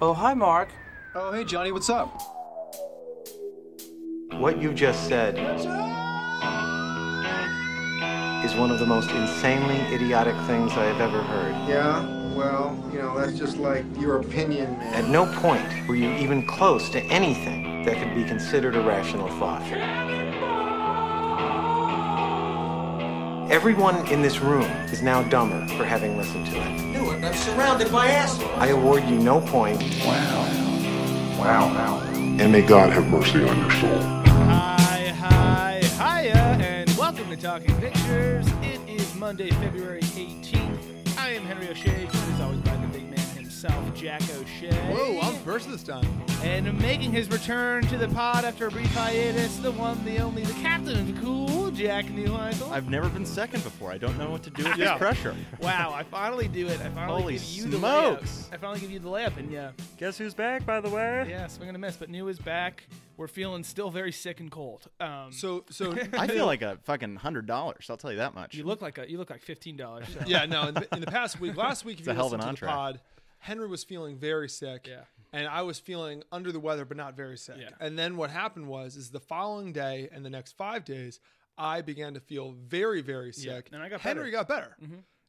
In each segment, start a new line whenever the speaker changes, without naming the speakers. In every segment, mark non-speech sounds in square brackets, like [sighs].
Oh, hi, Mark.
Oh, hey, Johnny, what's up?
What you just said is one of the most insanely idiotic things I have ever heard.
Yeah, well, you know, that's just like your opinion, man.
At no point were you even close to anything that could be considered a rational thought. Everyone in this room is now dumber for having listened to it.
Do it. I'm surrounded by assholes.
I award you no point.
Wow, wow. And may God have mercy on your soul.
Hi, hi, hiya, and welcome to Talking Pictures. It is Monday, February 18th. I am Henry O'Shea, joined as always by the big man himself, Jack O'Shea.
Whoa, I'm first this time.
And making his return to the pod after a brief hiatus, the one, the only, the captain of the cool, Jack Newheikel.
[laughs] I've never been second before. I don't know what to do with
Yeah.
this pressure.
wow, I finally do it. I finally
Holy
give you the
smokes.
layup. I finally give you the layup, and yeah,
Guess who's back, by the way?
yeah, swing and a miss. But New is back. We're feeling still very sick and cold. Um,
So, so [laughs]
I feel like a fucking hundred dollars. I'll tell you that much.
you look like a you look like fifteen dollars. So.
yeah, no. In the, in the past week, last week, if
a
you
hell of
listened
an
to the
entree.
pod, Henry was feeling very sick.
Yeah.
And I was feeling under the weather, but not very sick.
Yeah.
And then what happened was, is the following day and the next five days, I began to feel very, very sick.
and I got Mm-hmm.
Henry got better.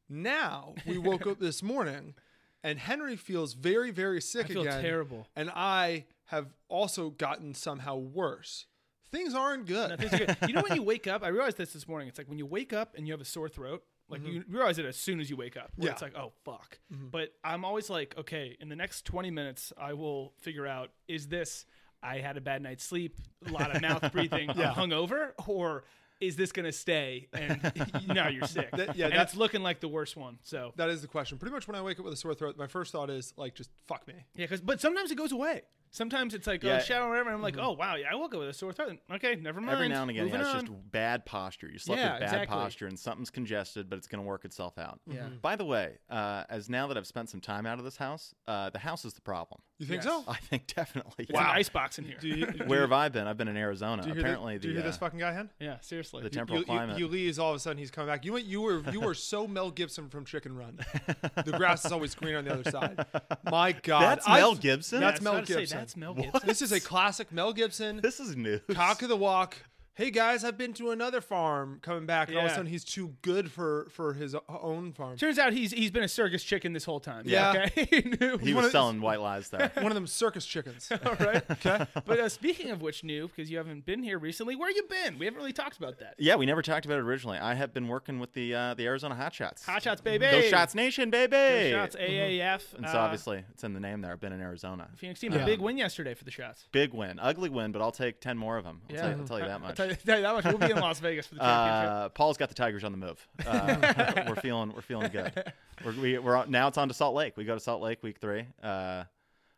Now we woke up this morning, and Henry feels very, very sick
feel
again.
terrible.
And I have also gotten somehow worse. Things aren't good.
No, things are good. You know when you wake up, I realized this this morning. It's like when you wake up and you have a sore throat, like
Mm-hmm.
you realize it as soon as you wake up. where
Yeah.
It's like, oh fuck. But I'm always like, okay, in the next 20 minutes, I will figure out is this I had a bad night's sleep, a lot of
[laughs]
mouth breathing, I'm hungover, or is this gonna stay? And [laughs] now you're sick.
That- yeah,
and
that-
it's looking like the worst one. So
That is the question. Pretty much when I wake up with a sore throat, my first thought is like, just fuck me.
yeah, because but sometimes it goes away. Sometimes it's like
Yeah. Mm-hmm.
oh shower or whatever. And I'm like oh wow yeah I woke up with a sore throat. Okay, never mind.
Every now and again,
Moving
yeah, it's
on.
just bad posture. You slept
Yeah,
with bad
exactly.
posture, and something's congested, but it's going to work itself out. Yeah. By the way, uh, as now that I've spent some time out of this house, uh, the house is the problem.
You think
Yes.
so?
I think [laughs] definitely.
It's an ice box in here.
Do you, do
Where
you-
have I been? I've been in Arizona.
do you hear,
Apparently,
the, do you hear
uh,
this fucking guy, Hen?
[laughs] yeah, seriously.
the temporal
You, you,
climate.
you leaves all of a sudden. He's coming back. You went. You were. You were so Mel Gibson from Chicken Run. The grass is always green on the other side.
[laughs]
My God,
That's
I've-
Mel Gibson?
That's
I was
Mel
about to say,
Gibson.
that's Mel Gibson.
This is a classic Mel Gibson.
this is news.
cock of the walk. Hey guys, I've been to another farm. Coming back, and all of a
Yeah.
sudden he's too good for for his o- own farm.
Turns out he's he's been a circus chicken this whole time.
Yeah.
Okay. [laughs] he knew.
he was selling white
[laughs]
lies there.
One of them circus chickens.
All right.
[laughs]
Okay. But uh, speaking of which, new because you haven't been here recently, where you been? We haven't really talked about that.
Yeah, we never talked about it originally. I have been working with the uh, the Arizona Hot Shots.
Hot shots, baby.
Go Shots Nation, baby.
Go shots. AAF.
And so
uh,
obviously it's in the name there. I've been in Arizona.
Phoenix team a big win yesterday for the shots. [laughs]
Big win, ugly win, but I'll take ten more of them. I'll, tell, you, I'll tell you that
I'll
much.
tell you, tell you that much. We'll be in Las Vegas for the championship.
Uh, Paul's got the Tigers on the move.
[laughs]
Uh, we're feeling we're feeling good. We're, we, we're on- now it's on to Salt Lake. We go to Salt Lake week three. Uh,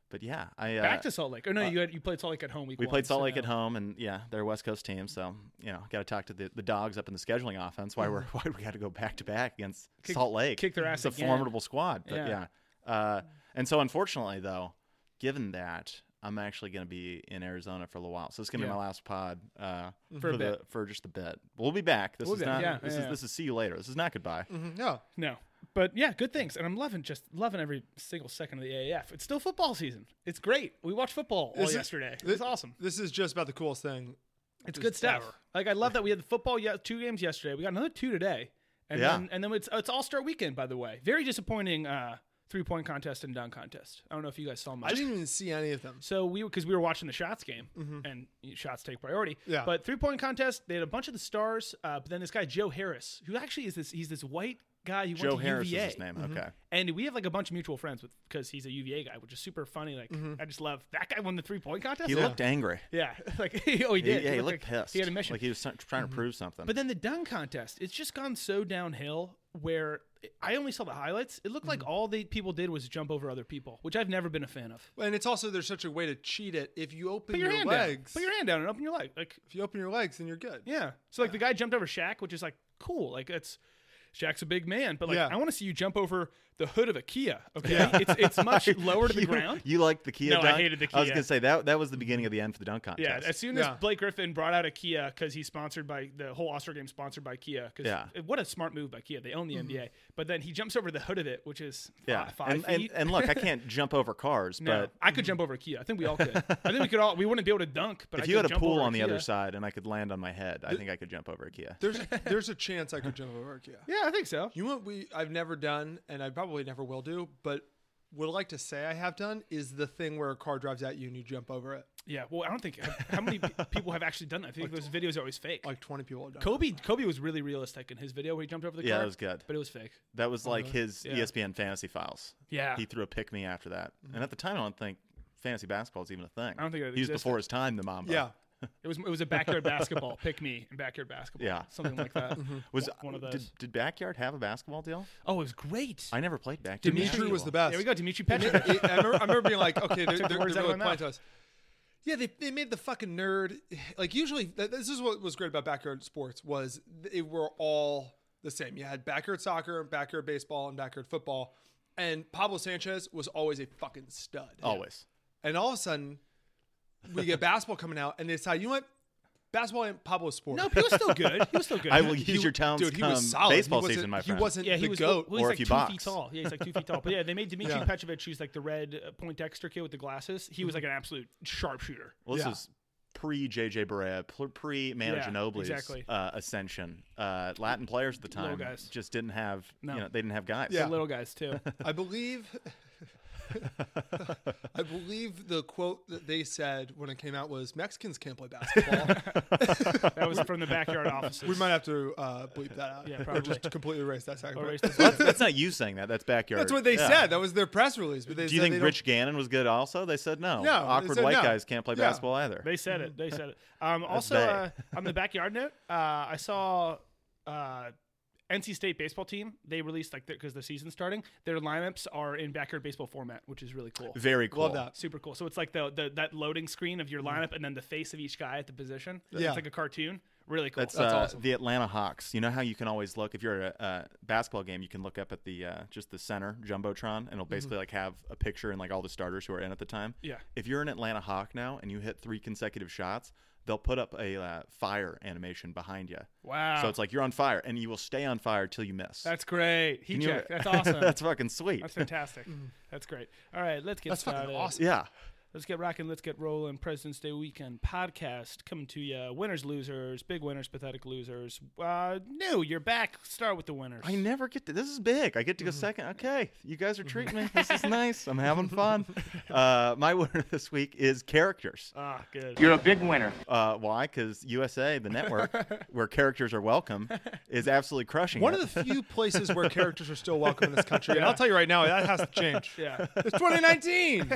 but yeah, I uh,
Back to Salt Lake. Oh no, you had, you played Salt Lake at home. Week
we
one,
played Salt
so
Lake at
no.
home, and yeah, they're a West Coast team, so you know, got to talk to the, the dogs up in the scheduling offense. Why we're [laughs] why we got to go back to back against
Kick-
Salt Lake?
kick their
It's
ass
a
again.
formidable squad, but
Yeah.
yeah. Uh, and so, unfortunately, though, given that I'm actually going to be in Arizona for a little while, so it's going to
Yeah.
be my last pod uh,
For a
the, for just a bit. We'll be back. This
We'll
is
be back.
not.
Yeah,
this
yeah, Mm-hmm.
is
yeah.
this is see you later. This is not goodbye.
No,
No. But yeah, good things. And I'm loving just loving every single second of the AAF. It's still football season. It's great. We watched football all
This is-
yesterday. It
thi-
was awesome.
This is just about the coolest thing.
It's
just
good stuff.
ever.
Like I love that we had the football ye- two games yesterday. We got another two today. And
Yeah.
then and then it's it's All Star Weekend by the way. Very disappointing uh, three point contest and dunk contest. I don't know if you guys saw
I
much.
didn't even see any of them.
So we because we were watching the shots game
Mm-hmm.
and shots take priority.
Yeah.
But three point contest, they had a bunch of the stars. Uh, but then this guy Joe Harris, who actually is this he's this white guy who
Joe
went to
Harris
UVA.
is his name. Okay.
Mm-hmm. And we have like a bunch of mutual friends with because he's a UVA guy, which is super funny. Like I just love that guy won the three point contest.
Mm-hmm. He looked angry.
yeah, [laughs] like oh he
He, yeah,
did.
he,
like-
looked pissed.
He had a mission. Mm-hmm.
Like he was trying to prove something.
but then the dunk contest, it's just gone so downhill. Where I only saw the highlights. It looked like all the people did was jump over other people, which I've never been a fan of.
And it's also there's such a way to cheat it. If you open
Put your, hand
legs,
down. Put your hand down and open your leg. Like
if you open your legs, then you're good.
yeah. So like the guy jumped over Shaq, which is like cool. Like it's Shaq's a big man, but like
Yeah.
I want to see you jump over the hood of a Kia. Okay, it's it's much lower to the
You-
ground.
[laughs] You liked the Kia
No, I
dunk?
hated the
I was
Kia.
gonna say that that was the beginning of the end for the dunk
Yeah,
contest.
as soon as
Yeah.
Blake Griffin brought out a Kia because he's sponsored by the whole All-Star game sponsored by Kia. 'cause
Yeah.
it- what a smart move by Kia. They own the NBA. But then he jumps over the hood of it, which is fi-
yeah.
five
and, and
feet.
and
[laughs]
look, I can't jump over cars,
no,
but
I could jump over a Kia. I think we all could. I
[laughs]
think we could all. We wouldn't be able to dunk, but I
if you
could
had a
jump
pool
over
on the other
Kia.
side and I could land on my head, I think I could jump over a Kia.
[laughs]
There's there's a chance I could jump over Archaea.
Yeah, I think so.
You know what we I've never done, and I probably never will do, but would like to say I have done is the thing where a car drives at you and you jump over it.
Yeah. Well, I don't think how many pe- people have actually done that. I think those videos are always fake.
Like 20 people have done. it.
Kobe, Kobe was really realistic in his video where he jumped over the
Yeah,
car.
that was good.
but it was fake.
That was like his
Uh-huh.
E
Yeah.
ESPN fantasy files.
Yeah.
He threw a pick me after that. And at the time I don't think fantasy basketball is even a thing.
I don't think it
he was
existed.
before his time, the Mamba.
Yeah.
It was it was a
[laughs]
backyard basketball. Pick me and backyard basketball.
Yeah.
something like that.
[laughs] Was
One of
Did,
those.
did backyard have a basketball deal?
Oh, it was great.
I never played backyard.
Dimitri was
basketball.
the best.
there we go, Dimitri
I,
Petrov.
remember, I remember- I remember being like, okay, they're,
the
they're, they're
words out of
really
my
playing to
mouth.
us. Yeah, they, they made the fucking nerd. Like usually, th- this is what was great about backyard sports was they were all the same. You had backyard soccer, backyard baseball, and backyard football. And Pablo Sanchez was always a fucking stud.
Always.
And all of a sudden, we get basketball coming out, and they decide, you know what? Basketball ain't Pablo's sport.
no, but he was still good. He was still good.
I will use your talents
Dude, he
come
was solid.
baseball
he wasn't-
season, my friend.
He wasn't
Yeah,
the
he was
goat.
Well, he's
or
like
if you
two feet
box.
tall. Yeah, he's like two feet tall. But yeah, they made Dimitri
Yeah.
Petrovic, who's like the red uh, Poindexter kid with the glasses. He was like an absolute sharpshooter.
Well, this
Yeah.
is pre JJ Barea, pre Manu
Yeah,
Ginobili's
exactly.
uh, ascension. Uh, Latin players at the
Little
time
guys.
just didn't have
No.
you know they didn't have guys.
Yeah. [laughs]
The little guys too.
I believe [laughs] I believe the quote that they said when it came out was Mexicans can't
[laughs]
play basketball.
That was from the backyard offices. [laughs]
we might have to uh, bleep that out.
Yeah,
Or
probably.
just completely erase that second
Or
part.
raised his-
[laughs] That's, that's not you saying that. That's
[laughs]
backyard.
That's what they
Yeah.
said. That was their press release. But they
Do you
said
think
they
Rich Gannon was good? Also, they said no.
No, they
awkward
said
white
no.
guys can't play
Yeah.
basketball either.
They said it. They said it. Um, also,
they.
uh, on the backyard note, uh, I saw uh, NC State baseball team. They released like because the season's starting. Their lineups are in backyard baseball format, which is really cool.
Very cool.
Love that.
Uh, Super cool. So it's like the, the that loading screen of your lineup and then the face of each guy at the position.
Mm. Yeah.
It's like a cartoon. Really cool.
That's, uh, the Atlanta Hawks. You know how you can always look if you're at a uh, basketball game, you can look up at the uh, just the center jumbotron, and it'll basically like have a picture and like all the starters who are in at the time.
Mm-hmm. Yeah.
If you're an Atlanta Hawk now and you hit three consecutive shots, they'll put up a uh, fire animation behind you.
Wow.
So it's like you're on fire, and you will stay on fire till you miss.
That's great. He
Can you-
checked. That's awesome.
[laughs] that's
That's,
fucking sweet.
fantastic. That's great. All right, let's get
Mm. That's
started.
fucking awesome.
[laughs] yeah.
Let's get rocking. Let's get rolling. President's Day weekend podcast coming to you. Winners, losers, big winners, pathetic losers. Uh, no, you're back. Start with the winners.
I never get to. This is big. I
Mm-hmm.
get to go second. Okay, you guys are
[laughs]
treating me. This is nice. I'm having fun. Uh, my [laughs] winner this week is characters.
Ah, good.
You're a big winner.
Uh, why? Because USA,
[laughs]
the network where characters are welcome, is absolutely crushing.
One
it.
of the few places where characters are still welcome in this country, and I'll tell you right now, that has to change.
yeah.
It's 2019.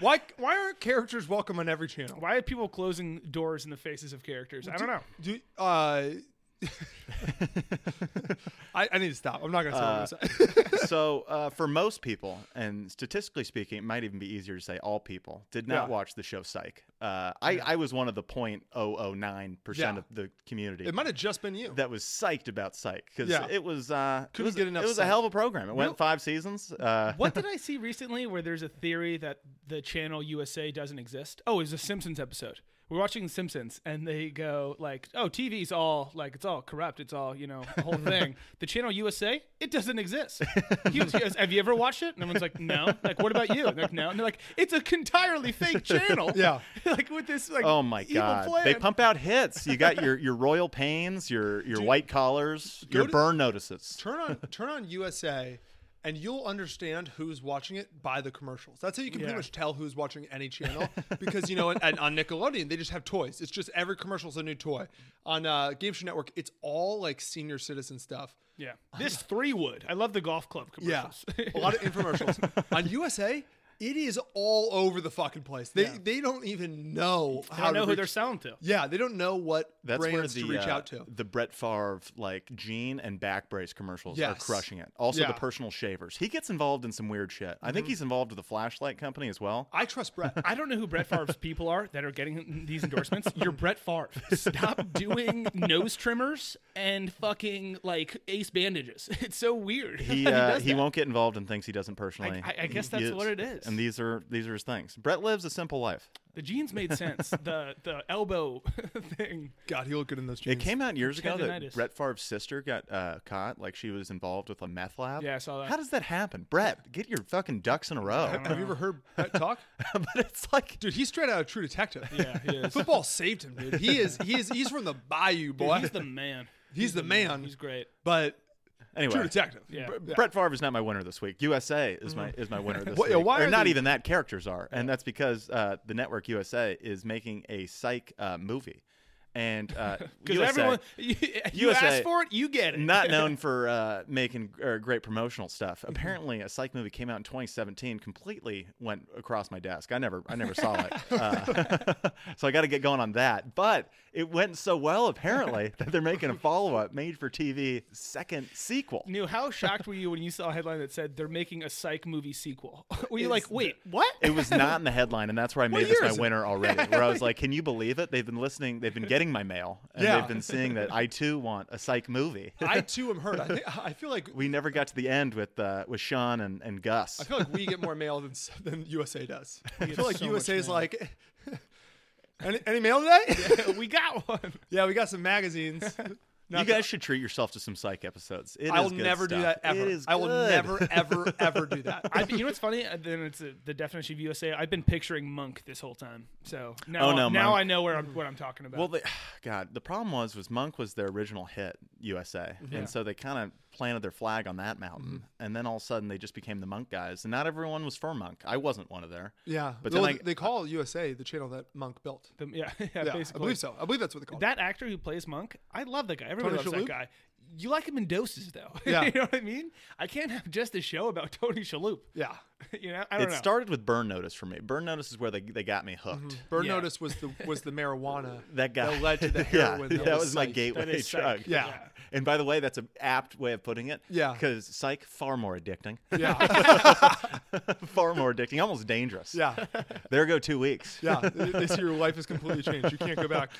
why why aren't characters welcome on every channel?
Why are people closing doors in the faces of characters? I don't know.
Do uh, I, I need to stop. I'm not gonna say what I'm gonna say. [laughs]
[laughs] so uh, for most people, and statistically speaking, it might even be easier to say all people did not
Yeah.
watch the show Psych. Uh, I, I was one of the 0.009 percent
Yeah.
of the community.
It might have just been you.
that was psyched about Psych because
Yeah.
it was uh, it
Couldn't
was,
get enough
it was a
Psych.
hell of a program. It went five seasons. Uh,
What did I see recently where there's a theory that the channel USA doesn't exist? Oh, it was a Simpsons episode. We're watching The Simpsons and they go like, "Oh, TV's all like it's all corrupt. It's all, you know,
[laughs]
a whole thing." the channel USA, it doesn't exist. He was- he goes, "Have you ever watched it?" And everyone's like, "No." Like, "What about you?" And they're like, "No." And they're like, "It's a entirely fake channel."
Yeah.
[laughs] like with this like
[laughs] Oh my
evil
god!
plan.
They pump out hits. You got your your royal pains,
[laughs]
your your white collars, your
to-
burn notices.
turn on turn on USA and you'll understand who's watching it by the commercials. That's how you can
Yeah.
pretty much tell who's watching any channel because you know and, and on Nickelodeon they just have toys. It's just every commercial's a new toy. On uh, Game Show Network it's all like senior citizen stuff.
yeah. This three wood. I love the golf club
Yeah.
commercials. [laughs]
a lot of infomercials. on USA It is all over the fucking place. They
Yeah.
they don't even know
I
how
don't know
to
who
reach-
they're selling to.
Yeah, they don't know what
That's where
brands
the
to reach
uh,
out to.
the Brett Favre like jean and back brace commercials are
Yes.
crushing it. Also
Yeah.
the personal shavers. He gets involved in some weird shit. I think he's involved with the flashlight company as well.
I trust Brett.
Mm-hmm. I don't know who Brett
[laughs]
Favre's people are that are getting him these endorsements. You're Brett Favre. Stop doing nose trimmers and fucking like ace bandages. [laughs] It's so weird. [laughs]
He uh, he, won't get involved in things he doesn't personally.
I- I guess that's
use.
what it is.
And these are these are his things. Brett lives a simple life.
The jeans made sense. The the elbow [laughs] thing.
God, he looked good in those jeans.
It came out years ago that
Tendinitis.
Brett Favre's sister got uh, caught, like she was involved with a meth lab.
Yeah, I saw that.
How does that happen, Brett? Get your fucking ducks in a row.
Have you ever
[laughs]
heard Brett talk?
but it's like,
Dude, he's straight out of True Detective.
Yeah, he is.
[laughs] Football saved him, dude. He is he is he's from the Bayou, boy.
He's the man.
He's the man.
He's
[laughs]
great.
But
anyway,
True Detective.
Yeah.
Br-
Brett Favre is not my winner this week. USA is my is
[laughs]
my winner this
Why-
week.
Mm. why
or
are
not
they-
even that characters are, and that's because uh, the network USA is making a psych uh, movie, and
[laughs]
uh,
Because
USA
everyone, you, you
USA
ask for it, you get it.
not known for uh, making uh, great promotional stuff. Apparently, a psych movie came out in 2017. Completely went across my desk. I never, I never saw it. Uh, [laughs] so I got to get going on that. But it went so well, apparently, [laughs] that they're making a follow-up, made-for-TV second sequel.
New, how shocked were you when you saw a headline that said they're making a psych movie sequel? [laughs] Were you like, wait,
[laughs]
what? [laughs]
It was not in the headline,
[laughs]
and that's where I made
year
this my
is it?
winner already. Where I was like, "Can you believe it? They've been listening. They've been getting my mail, and
Yeah.
they've been seeing that I too want a psych movie."
I too am hurt. I think, I feel like
[laughs] We never got to the end with uh, with Sean and, and Gus.
I feel like we get more mail than [laughs] s- than USA does. I
get
feel like
so much
USA is
mail.
like [laughs] any, any mail today? [laughs] Yeah.
we got one.
we got
[laughs]
some magazines. Not
you guys should treat yourself to some psych episodes. It is
I will
good
never do
stuff.
that ever.
It is
I will
good.
never
[laughs]
ever ever do that.
I, you know what's funny? Uh, Then it's uh the definition of USA. I've been picturing Monk this whole time, so now
Oh, no,
now
Monk.
I know where I'm what I'm talking about.
Well, they, [sighs] God, the problem was was Monk was their original hit USA,
Mm-hmm.
and so they kind of planted their flag on that mountain, and then all of a sudden they just became the Monk guys, and not everyone was for Monk. I wasn't one of there.
yeah,
but uh,
but
then
well,
I-
they call USA the channel that Monk built.
The- yeah, [laughs] yeah,
Yeah,
basically.
I believe so. I believe that's what they call it.
That actor who plays Monk, I love that guy. Everybody
Tony
loves
Shalhoub?
that guy. You like him in doses, though. [laughs]
Yeah.
you know what I mean. I can't have just a show about [laughs] Tony Shalhoub.
Yeah.
you know, I don't
It
know.
started with Burn Notice for me. Burn Notice is where they, they got me hooked.
Burn
Yeah.
Notice was the was the marijuana
Mm-hmm. That guy
that led to the
[laughs] yeah,
heroin.
that, was my
psych.
gateway
is psych.
drug.
Yeah.
and by the way, that's an apt way of putting it.
Yeah.
because psych far more addicting, [laughs]
Yeah,
far more addicting, almost dangerous.
yeah,
there go two weeks.
yeah. They they see your life is completely changed. You can't go back.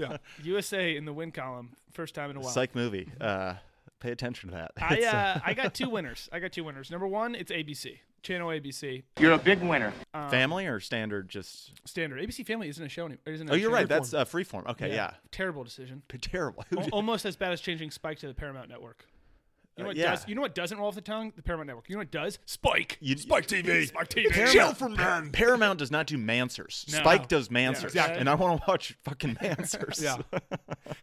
Yeah,
USA in the win column, first time in a while.
psych movie. Uh, pay attention to that.
I
It's, uh, [laughs]
uh, I got two winners. I got two winners. Number one, it's ABC channel ABC
family or standard? Just
standard. ABC Family isn't a show anymore. Isn't a
oh, you're
channel.
right. That's uh, freeform. Okay, yeah. Oh,
Terrible decision.
Terrible.
Al-
[laughs]
almost as bad as changing Spike to the Paramount Network. You know
Uh,
what
yeah.
does? You know what doesn't roll off the tongue? The Paramount Network. You know what does? Spike.
You-
Spike
[laughs]
TV. Spike TV.
from Paramount does not do Mansers.
No.
Spike does Mansers,
exactly.
and I want to watch fucking [laughs] Mansers.
yeah.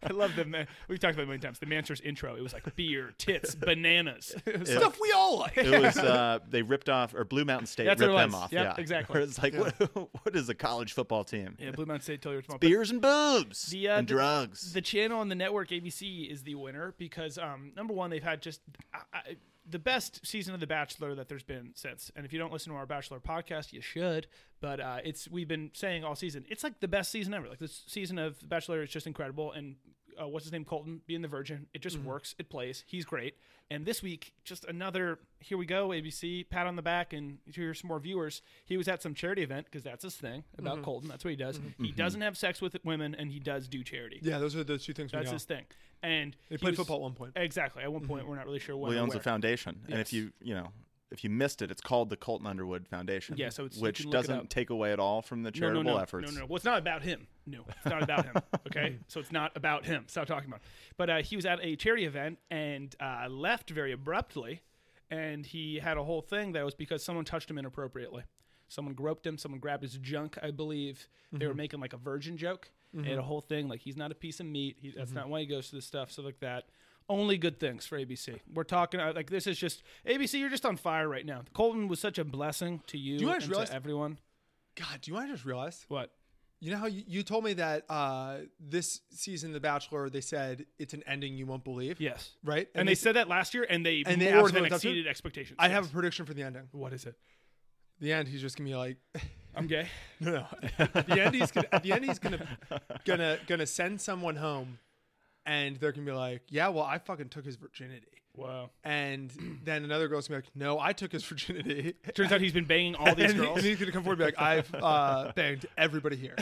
I love the. Man- We've talked about it many times. The Manchur's intro. It was like beer, tits, bananas. [laughs] It was
Stuff we all like.
It was uh, they ripped off or Blue Mountain State
That's what
ripped
it
them
was.
off.
Yep,
yeah, [laughs]
exactly.
Where it's like what, what is a college football team?
Yeah, Blue Mountain State. Tell you tomorrow. But
Beers and boobs
The, uh,
and
the-
drugs.
The channel on the network ABC is the winner because um, number one, they've had just I, I, the best season of The Bachelor that there's been since. And if you don't listen to our Bachelor podcast, you should. But uh, it's we've been saying all season, it's like the best season ever. Like this season of The Bachelor is just incredible. And uh, what's his name, Colton, being the Virgin, it just works. It plays. He's great. And this week, just another here we go ABC pat on the back and here's some more viewers. He was at some charity event because that's his thing about Colton. That's what he does. He doesn't have sex with women and he does do charity.
Yeah, those are the two things we
That's
know.
his thing. And he
played
was-
football at one point. Mm-hmm.
Exactly. At one point, we're not really sure when.
Well, he
or
owns a
where.
foundation, and
Yes.
if you you know if you missed it, it's called the Colton Underwood Foundation.
Yeah, so it's- you
which
can look it
doesn't
up.
take away at all from the
No,
charitable
no, no,
efforts.
No, no, no. Well, it's not about him. No, it's not about him. Okay, so it's not about him. Stop talking about. Him. But uh, he was at a charity event and uh, left very abruptly, and he had a whole thing that was because someone touched him inappropriately. Someone groped him. Someone grabbed his junk. I believe they were making like a virgin joke. They had a whole thing like he's not a piece of meat. He, that's not why he goes to this stuff. Stuff like that. Only good things for ABC. We're talking uh, like this is just ABC. You're just on fire right now. Colton was such a blessing to you,
you guys
and to
realize-
everyone.
God, do you know what I just realized?
What?
You know how you, you told me that uh, this season, The Bachelor, they said it's an ending you won't believe.
Yes.
Right?
And, they said that last year, and they
And they
more
absolutely
than
lived up to it?
exceeded expectations.
I have a prediction for the ending.
What is it?
the end, he's just gonna be like, [laughs]
I'm gay.
no, no. At [laughs] the end, he's gonna, at the end, he's gonna, gonna, gonna send someone home, and they're gonna be like, yeah, well, I fucking took his virginity.
Wow.
And [clears throat] then another girl's gonna be like, no, I took his [laughs] virginity.
Turns out he's been banging all these
[laughs] and, he-
girls.
and he's gonna come forward and be like,
[laughs]
I've uh, banged everybody here.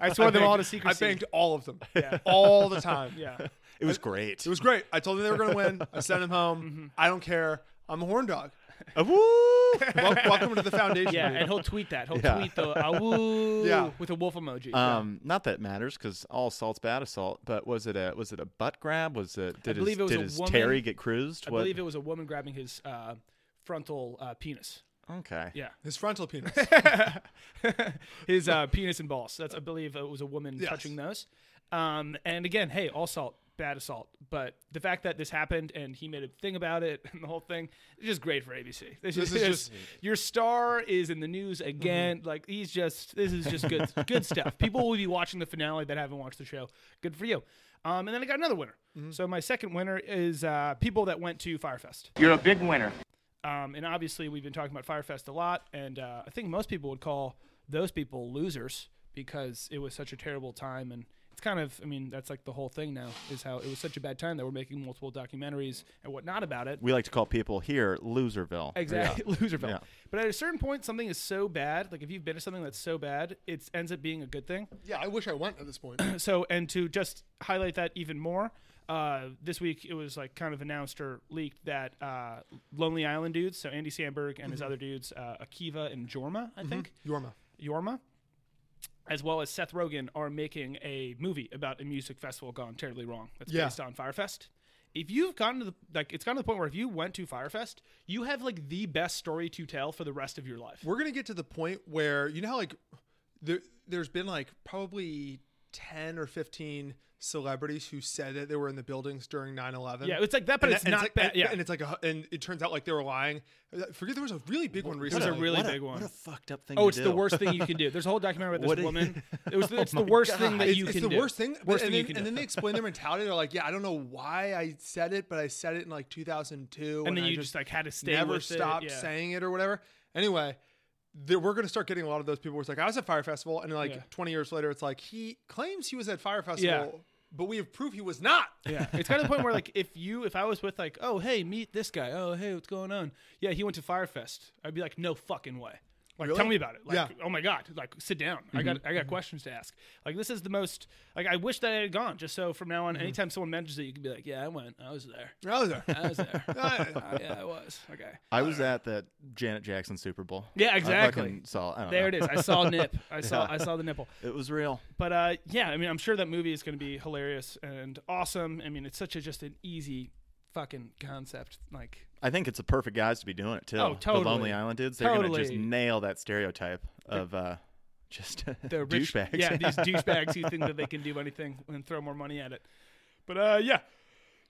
I swore them all to
I
secrecy.
banged all of them, all the time.
[laughs] Yeah.
It was great.
It was great. I told them they were going to win.
[laughs]
I sent them home.
Mm-hmm.
I don't care. I'm a horn dog.
Uh,
[laughs]
[laughs] woo!
Wel- welcome to the foundation.
Yeah,
dude.
and he'll tweet that.
[laughs]
He'll
Yeah.
tweet the ah, woo
Yeah.
with a wolf emoji.
Um, not that it matters because all assault's bad assault. But was it a was it a butt grab? Was it did his,
believe it was
did
a
his
woman.
Terry get cruised?
I
What-
believe it was a woman grabbing his uh, frontal uh, penis.
Okay.
Yeah,
his frontal penis.
[laughs] his uh, penis and balls. That's I believe it was a woman
Yes.
touching those. Um, and again, hey, all salt, bad assault. But the fact that this happened and he made a thing about it [laughs] and the whole thing is just great for ABC. This, is
This is Mm-hmm.
just your star is in the news again. Like he's just this is just
[laughs]
good good stuff. People will be watching the finale that haven't watched the show. Good for you. Um, and then I got another winner.
Mm-hmm.
So my second winner is uh, people that went to Firefest.
You're a big winner.
Um, and obviously, we've been talking about Firefest a lot, and uh, I think most people would call those people losers because it was such a terrible time. And it's kind of, I mean, that's like the whole thing now is how it was such a bad time that we're making multiple documentaries and whatnot about it.
We like to call people here Loserville.
Exactly, [laughs] Loserville.
Yeah.
But at a certain point, something is so bad. Like if you've been to something that's so bad, it ends up being a good thing.
yeah, I wish I went at this
[clears throat]
point.
So, and to just highlight that even more, uh, this week it was like kind of announced or leaked that uh, Lonely Island dudes, so Andy Sandberg and his
Mm-hmm.
other dudes, uh, Akiva and Jorma, I think,
Yorma.
Jorma, as well as Seth Rogen, are making a movie about a music festival gone terribly wrong. That's
Yeah.
based on Firefest. If you've gotten to the like, it's gotten to the point where if you went to Firefest, you have like the best story to tell for the rest of your life.
We're gonna get to the point where you know how like there, there's been like probably ten or fifteen celebrities who said that they were in the buildings during 9-11
Yeah, it's like that, but
And
it's
that- and
not
like-
bad.
and-
yeah,
and it's like a, and it turns out like they were lying i forget there was a really big one
There's
recently
a really
What a-
big one.
What a fucked up thing.
Oh,
to
it's
do.
the worst thing you can do. There's a whole documentary about
What
this
do you-
woman. It was it's the worst thing that
it's,
you
it's
can
the
do.
worst thing. but-
Worst
and
thing you
then,
can
and
do.
then they explain their mentality. They're like, "Yeah, I don't know why I said it, but I said it in like 2002,
and then
I
you just like had to stay
never
with
stopped
it. yeah.
saying it or whatever." Anyway, there, we're gonna start getting a lot of those people. Where it's like, "I was at Fire Festival," and then like
Yeah.
20 years later, it's like he claims he was at Fire Festival,
Yeah.
but we have proof he was not. [laughs]
Yeah, it's kind of the point where like if you if I was with like oh hey meet this guy oh hey what's going on yeah he went to Firefest I'd be like no fucking way like
Really?
tell me about it like
Yeah.
oh my god like sit down I got I got questions to ask like this is the most like I wish that I had gone just so from now on anytime someone mentions it you can be like yeah I went I was there
I was there.
I was there
Uh,
yeah I was okay
I was at that Janet Jackson Super Bowl.
Yeah,
I
exactly.
fucking saw. I don't
there it
know.
is I saw nip I saw I saw the nipple
It was real.
But uh, yeah, I mean, I'm sure that movie is going to be hilarious and awesome. I mean, it's such a just an easy fucking concept. Like,
I think it's the perfect guys to be doing it too.
Oh, totally.
The Lonely Island dudes. They're gonna just
Totally.
nail that stereotype of uh, just [laughs]
the rich,
douchebags.
Yeah,
[laughs]
these douchebags who think that they can do anything and throw more money at it. But uh, yeah,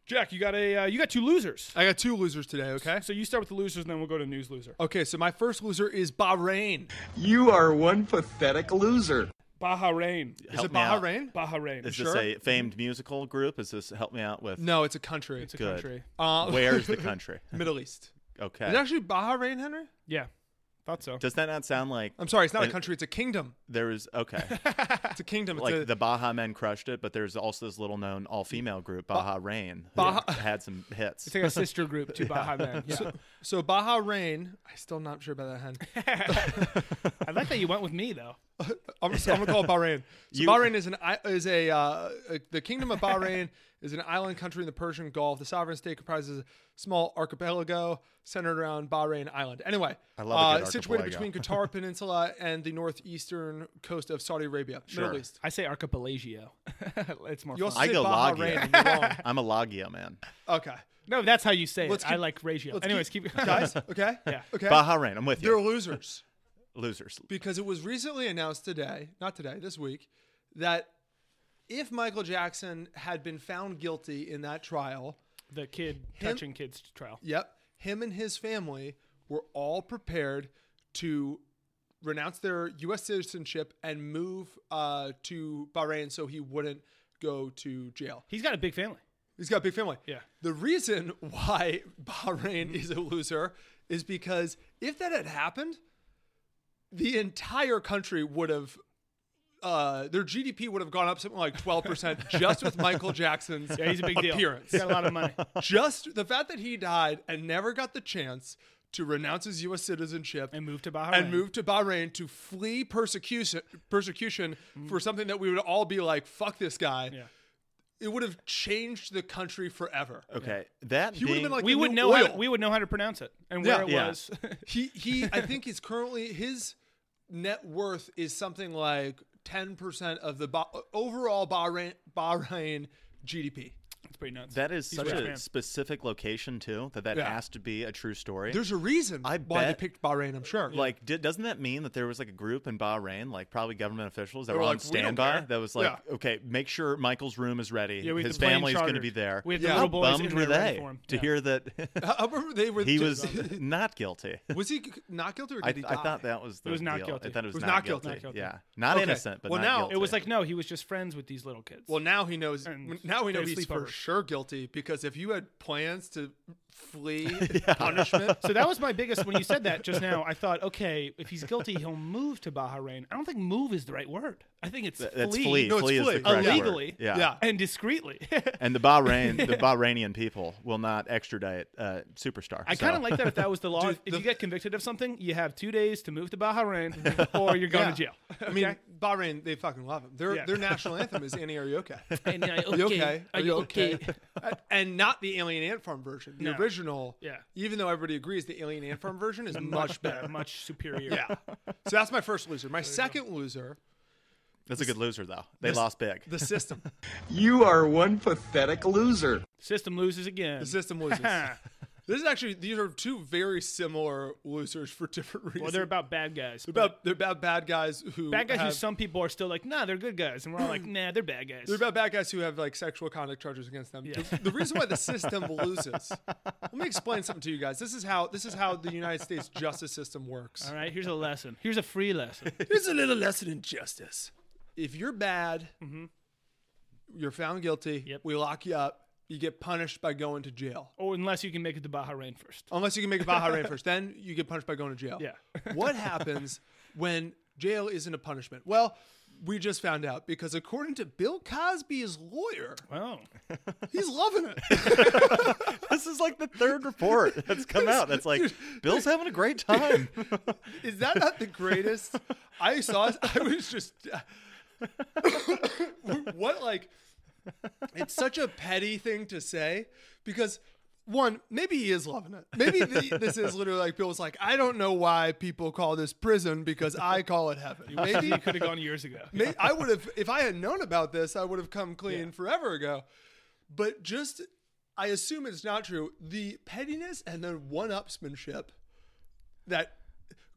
Jack, you got a uh, you got two losers.
I got two losers today. Okay.
So you start with the losers, and then we'll go to news loser.
Okay, so my first loser is Bahrain.
You are one pathetic loser.
Bahrain,
Help
is it
me out.
Bahrain?
Bahrain.
Is
Sure.
this a famed musical group? Is this help me out with?
no, it's a country.
It's a
Good.
country.
uh,
[laughs] Where's the country?
Middle East.
Okay.
Is it actually Bahrain, Henry?
Yeah, thought so.
Does that not sound like
I'm sorry, it's not a
It-
country. It's a kingdom.
there is
[laughs]
okay?
It's a kingdom. It's
like
a,
the Baja Men crushed it, but there's also this little known all female group, Baja Rain, who
Baja-
had some hits.
It's like a sister group to Baja Men. Yeah.
So Baja Rain, I'm still not sure about that
[laughs]
hen.
I like that you went with me though.
I'm, just- I'm gonna call it Bahrain. So
You-
Bahrain is an i- is a, uh, a the kingdom of Bahrain [laughs] is an island country in the Persian Gulf. The sovereign state comprises a small archipelago centered around Bahrain Island. Anyway,
I love a
uh,
good
situated
archipelago.
between
[laughs]
Qatar Peninsula and the northeastern coast of Saudi Arabia,
Sure.
Middle East.
I say archipelago. [laughs] it's more.
You
fun.
also
I
say
go
Baja
Loggia.
Rain. and you're wrong.
[laughs] I'm a Loggia man.
okay,
No, that's how you say
Let's
it.
keep-
I like ratio.
let's
Anyways,
[laughs]
keep,
guys. Okay,
Yeah.
Okay,
Baja Rain. I'm with
they're
you.
losers.
Losers.
because it was recently announced today, not today, this week, that if Michael Jackson had been found guilty in that trial,
the kid touching kids trial.
yep, him and his family were all prepared to renounce their U.S. citizenship and move uh, to Bahrain so he wouldn't go to jail.
He's got a big family.
He's got a big family.
Yeah.
The [laughs] reason why Bahrain is a loser is because if that had happened, the entire country would have uh, their GDP would have gone up something like
[laughs]
twelve percent just with Michael Jackson's
Yeah, he's a big deal.
appearance.
[laughs] He's got a lot of money.
[laughs] Just the fact that he died and never got the chance to renounce his U.S. citizenship
And moved to Bahrain.
and moved to Bahrain to flee persecution persecution for something that we would all be like, "Fuck this guy."
Mm-hmm. Yeah.
It would have changed the country forever.
Okay, that
He would have
being,
been like
Uh, we
the
would
new
know how to,
oil.
we would know how to pronounce it and where
Yeah.
it
Yeah.
was. [laughs]
he he I think is currently his net worth is something like 10% of the ba- overall Bahrain Bahrain GDP.
it's pretty nuts.
that is
He's
such
rich
a
man.
specific location too that that
Yeah.
has to be a true story.
There's a reason
I
why
bet-
they picked Bahrain, I'm sure.
like, did, doesn't that mean that there was like a group in Bahrain, like probably government officials that
They
were,
were
on
like, "We don't
standby?
care."
That was like,
Yeah.
okay, make sure Michael's room is ready.
Yeah, we have
His
the plane
family's going to
chartered.
be there.
We have the
Yeah.
little
How
boys
bummed
in
were
there ready
they
for him.
to
Yeah.
hear that
[laughs] I remember they were
he
just-
was not guilty?
[laughs] was he not guilty or did
I,
he die?
I thought that was the
was not
deal.
guilty.
I thought it was,
was
not,
not
guilty.
guilty.
Yeah, not
Okay.
innocent, but
Well,
not
now-
guilty.
It was like no, he was just friends with these little kids.
well, now he knows.
And
Now we know
they
he's
sleep
for
over.
sure guilty because if you had plans to
[laughs]
flee punishment,
so that was my biggest when you said that
[laughs]
just now. I thought, okay, if he's guilty, he'll move to Bahrain. I don't think "move" is the right word. I think it's
that's
flee.
flea.
No, it's
flea is the
flea.
correct word.
Illegally.
Yeah.
Yeah.
and discreetly. [laughs]
And the Bahrain, the Bahrainian people will not extradite uh, superstar.
I
So-
kind of like that if that
[laughs]
was the law.
Dude,
if
the-
you get convicted of something, you have two days to move to Bahrain, or you're going to
[laughs] Yeah.
jail.
[laughs] I mean, Bahrain, they fucking love him. Their
Yeah. [laughs]
their national anthem is Annie, are you okay?
And you're like,
Are [laughs] you
okay,
okay?
are you okay? [laughs]
Uh, [laughs] and not the Alien Ant Farm version. The
No.
original.
Yeah.
Even though everybody agrees the Alien Ant Farm version is much better.
[laughs] much superior.
yeah. So that's my first loser. My second loser,
That's a good loser though. They lost big.
the
[laughs]
system.
You are one pathetic loser.
System loses again. [laughs]
The system loses. this is actually these are two very similar losers for different reasons.
well, they're about bad guys. but
about they're about bad guys who
bad guys who
have-
some people are still like, nah, they're good guys, and we're all
[laughs]
like, nah, they're bad guys.
They're about bad guys who have like sexual conduct charges against them. The, the reason why
[laughs]
the system loses. Let me explain something to you guys. This is how this is how the United States justice system works.
all right, here's a lesson. Here's a free
[laughs]
lesson.
Here's a little lesson in justice. If you're bad, you're found guilty.
Mm-hmm. Yep. Oh.
We lock you up. You get punished by going to jail.
or unless you can make it to Bahrain first.
Unless you can make a
[laughs]
Bahrain first, then you get punished by going to jail.
Yeah. [laughs]
what happens when jail isn't a punishment? Well, we just found out because according to Bill Cosby's lawyer,
Oh,
he's loving
[laughs]
it.
this is like the third report [laughs] that's come out. That's
[laughs]
like Bill's having a great time.
Is that not the greatest? I saw. I was just. [coughs] what like? It's such a petty thing to say because one, maybe he is loving it. Maybe the, this is literally like Bill's like, I don't know why people call this prison because I call it heaven. Maybe
you could have gone years ago.
May I would have, if I had known about this, I would have come clean forever ago. But just, I assume it's not true. The pettiness and then one-upsmanship that,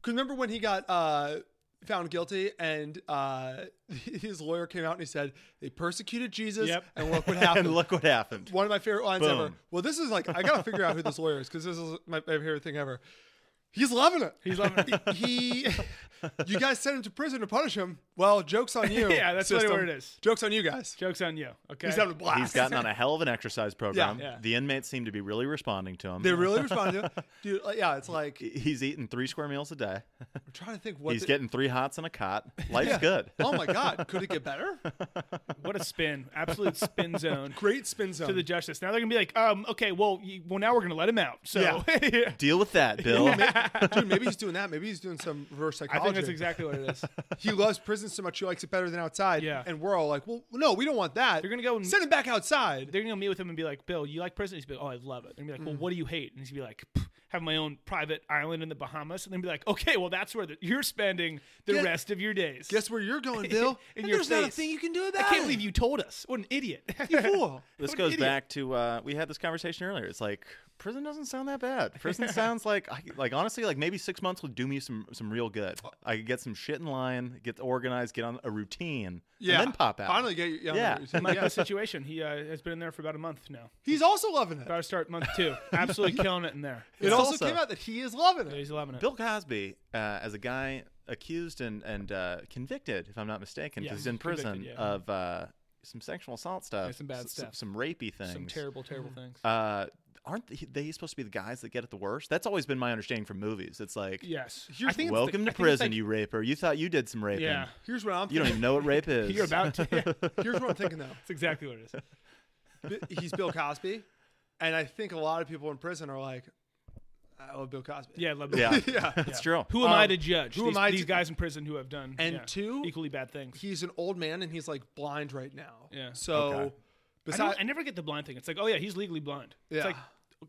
cause remember when he got uh, found guilty and uh, [laughs] his lawyer came out and he said they persecuted Jesus
Yep.
and look what happened.
[laughs] and look what happened.
One of my favorite lines ever.
Boom.
Well, this is like I gotta figure out who this lawyer is because this is my favorite thing ever. [laughs] He's loving it.
He's loving it.
He, you guys sent him to prison to punish him. Well,
[laughs]
jokes on you.
Yeah, that's
system.
literally what it is.
Jokes on you guys.
Jokes on you. Okay.
He's having a blast.
He's gotten on a hell of an exercise program.
Yeah.
The inmates seem to be really responding to him.
[laughs] They really respond to it, dude. Like, yeah, it's like I'm
He's eating three square meals a day.
trying to think what
He's
the-
getting three hots and a cot. Life's
[laughs] Yeah.
good.
Oh my god, could it get
[laughs]
better?
what a spin! Absolute
[laughs]
spin zone.
Great spin zone.
To the justice. Now they're gonna be like, um, okay, well, you, well, now we're gonna let him out. So, [laughs]
Yeah.
Yeah.
Deal with that, Bill.
[laughs]
dude, [laughs] maybe he's doing that. Maybe he's doing some reverse
I
psychology.
think that's exactly what it is.
He loves prison so much he likes it better than outside.
Yeah.
And we're all like, well, no, we don't want that.
They're gonna go and-
send him back outside.
They're gonna meet with him and be like, Bill, you like prison? He's be like, oh, I love it. And be like, well, what do you hate? And he's be like, "Pff, have my own private island in the Bahamas. And then be like, okay, well, that's where the, you're spending the
Guess-
rest of your days.
Guess where you're
[laughs]
going, Bill?
In
and
your
there's not a
face.
thing you can do
I
about
can't
it.
believe you told us. What an idiot. [laughs]
[laughs]
fool.
What
This
an
goes
idiot.
back to uh, we had this conversation earlier. It's like prison doesn't sound that bad.
[laughs]
Prison sounds like I, like honestly like maybe six months would do me some some real good. I could get some shit in line, get organized, get on a routine,
Yeah.
and then pop out.
Finally get yeah. I know
Yeah.
what you're saying.
Michael's [laughs]
Yeah.
situation. He uh, has been in there for about a month now.
He's also loving it.
About to start month two. Absolutely killing it in there.
It also,
also-
came out that he is loving it.
He's loving it.
Bill Cosby, uh, as a guy accused and and uh, convicted, if I'm not mistaken,
Yeah,
because he's in
convicted,
prison
yeah.
of uh, some sexual assault stuff,
some bad
s-
stuff.
some, rapey things,
Some terrible, terrible things.
Uh, aren't they, they supposed to be the guys that get it the worst? That's always been my understanding from movies. It's like,
Yes.
Here's- I think it's the-
welcome
I think
to
it's
prison,
like-
you raper. You thought you did some raping.
Yeah.
Here's what I'm
You don't
thinking.
even know what
[laughs]
rape is.
You're
[laughs]
about to. yeah, That's
Here's what I'm thinking though.
exactly what it is.
Bi- he's Bill Cosby, and I think a lot of people in prison are like, "I love Bill Cosby."
[laughs] Yeah. Love
Yeah,
yeah.
it's true.
Who am I
Um,
to judge?
who am
these,
I
these
to-
guys in prison who have done
And
yeah,
two-
equally bad things.
He's an old man and he's like blind right now.
Yeah.
So,
Okay.
I,
besides,
don't, I never get the blind thing. It's like, oh yeah, he's legally blind. It's
Yeah.
like,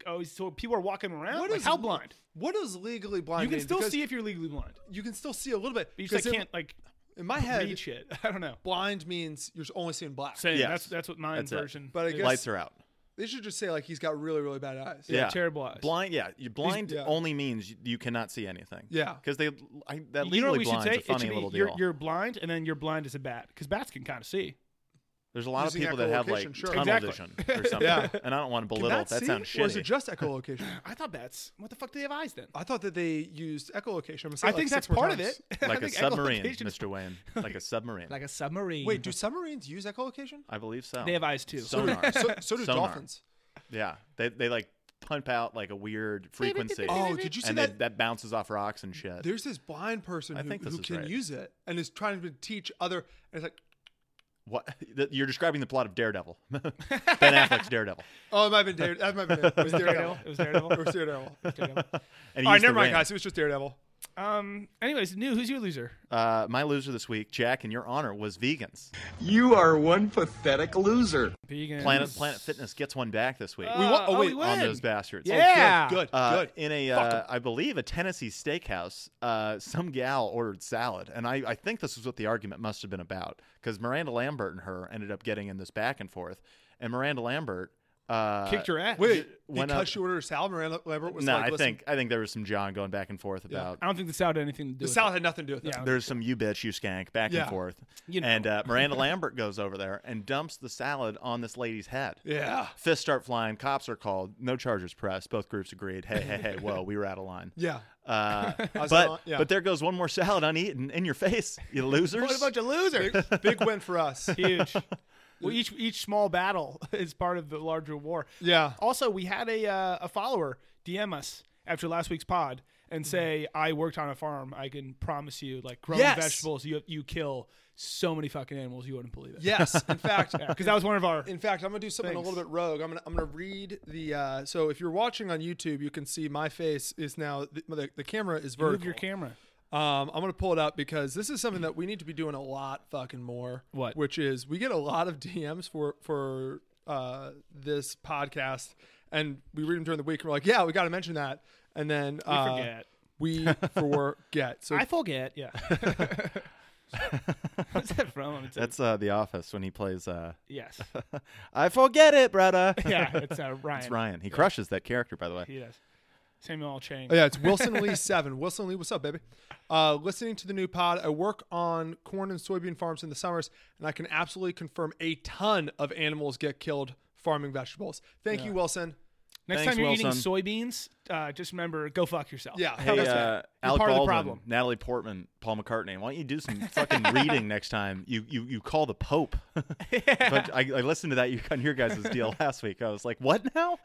oh, so people are walking around.
What
like,
is-
how blind?
what does legally blind?
You can
mean?
still
Because
see if you're legally blind.
You can still see a little bit.
But you just
because
like,
in-
can't like
In my head,
read shit. [laughs] I don't know.
blind means you're only seeing black.
Same.
Yes.
That's that's what my
That's it.
version.
But I
is.
guess-
Lights are out.
They should just say like he's got really really bad eyes.
Yeah.
terrible eyes.
Blind, yeah. You blind
yeah.
only means you, you cannot see anything.
Yeah.
because they I, that legally
you know what we should
blind's
say?
a funny
it
little
should be you're,
deal.
you're blind, and then you're blind as a bat because bats can kind of see.
There's a lot of
Using
people that have like
echolocation, sure.
tunnel
Exactly. [laughs]
vision or something.
Yeah.
and I don't want to
Can
belittle. That,
see?
sounds shitty.
Or is it just echolocation?
[laughs] I thought bats. What the fuck do they have eyes then?
I thought that they used echolocation. I'm gonna say
I
it, like,
think
six
that's
more
part of
times.
it. [laughs]
[laughs] like a submarine,
Mr.
Mr. Wayne? Like a submarine.
[laughs] Like a submarine.
Wait, do submarines use echolocation?
I believe so.
they have eyes too? [laughs]
sonar.
So, so do
Sonar.
dolphins.
[laughs] Yeah, they they like pump out like a weird frequency.
Oh, did you see
and
that?
then that bounces off rocks and shit.
There's this blind person
I
who,
think this
who
is
can
right.
use it and is trying to teach other. And it's like,
What [laughs] Th- you're describing the plot of Daredevil, [laughs] Ben Affleck's Daredevil,
oh, it might have been Daredevil. That might have been it. It was Daredevil.
It was Daredevil. [laughs]
It was Daredevil.
Daredevil.
and he
All right,
used the
never mind,
ring.
guys. It was just Daredevil.
um. Anyways, new. Who's your loser?
Uh, my loser this week, Jack, in your honor, was vegans.
You are one pathetic loser.
Vegan.
Planet Planet Fitness gets one back this week
We won. Oh,
oh,
wait.
we
on
win.
those bastards.
Yeah.
Good. Good.
Uh,
good.
in a, uh, I believe, a Tennessee steakhouse, uh, some gal ordered salad, and I, I think this is what the argument must have been about because Miranda Lambert and her ended up getting in this back and forth, and Miranda Lambert uh,
Kicked your ass.
Wait,
went
because
up-
she ordered salad, Miranda Lambert was
No,
like,
I
listen,
think I think there was some John going back and forth
Yeah.
about
I don't think the salad had anything to do.
the
with
salad had nothing to do with it.
Yeah.
there's some you bitch you skank back
Yeah.
and forth,
You know.
and uh, Miranda Lambert goes over there and dumps the salad on this lady's head.
Yeah.
Fists start flying. Cops are called. No charges pressed. Both groups agreed. Hey, hey, hey! Whoa, we were out of line.
Yeah.
Uh, but
saw- yeah.
but there goes one more salad uneaten in your face, [laughs] you losers.
It. What a bunch of losers.
Big win for us.
Huge. well, each each small battle [laughs] is part of the larger war.
Yeah.
Also, we had a uh, a follower DM us after last week's pod and say, "I worked on a farm. I can promise you, like growing
Yes.
vegetables, you you kill so many fucking animals, you wouldn't believe it."
Yes. In fact,
because that was one of our.
In fact, I'm gonna do something a
Thanks.
little bit rogue. I'm gonna I'm gonna read the. Uh, so if you're watching on YouTube, you can see my face is now the, the, the camera is vertical.
Move your camera.
Um, I'm gonna pull it up because this is something that we need to be doing a lot fucking more.
What?
Which is we get a lot of DMs for for uh, this podcast, and we read them during the week. And we're like, yeah, we got to mention that, and then we uh,
forget. [laughs]
We forget. So
I forget. Yeah. [laughs] What's that from? It's a-
That's uh, The Office when he plays. Uh,
yes.
I forget it, brother.
Yeah, it's uh, Ryan.
it's Ryan. He crushes that character, by the way.
He does. Samuel L. Chang.
Oh, yeah, it's
[laughs]
Wilson Lee Seven. Wilson Lee, what's up, baby? Uh, listening to the new pod, I work on corn and soybean farms in the summers, and I can absolutely confirm a ton of animals get killed farming vegetables. Thank you, Wilson.
Next
Thanks,
time you're
Wilson.
eating soybeans, uh, just remember, go fuck yourself.
Yeah.
Hey,
That's
uh, Alec
part of the
Baldwin,
problem.
Natalie Portman, Paul McCartney. Why don't you do some fucking reading next time? You you, you call the Pope. [laughs] But I, I listened to that you on your guys'
[laughs]
deal last week. I was like, what now?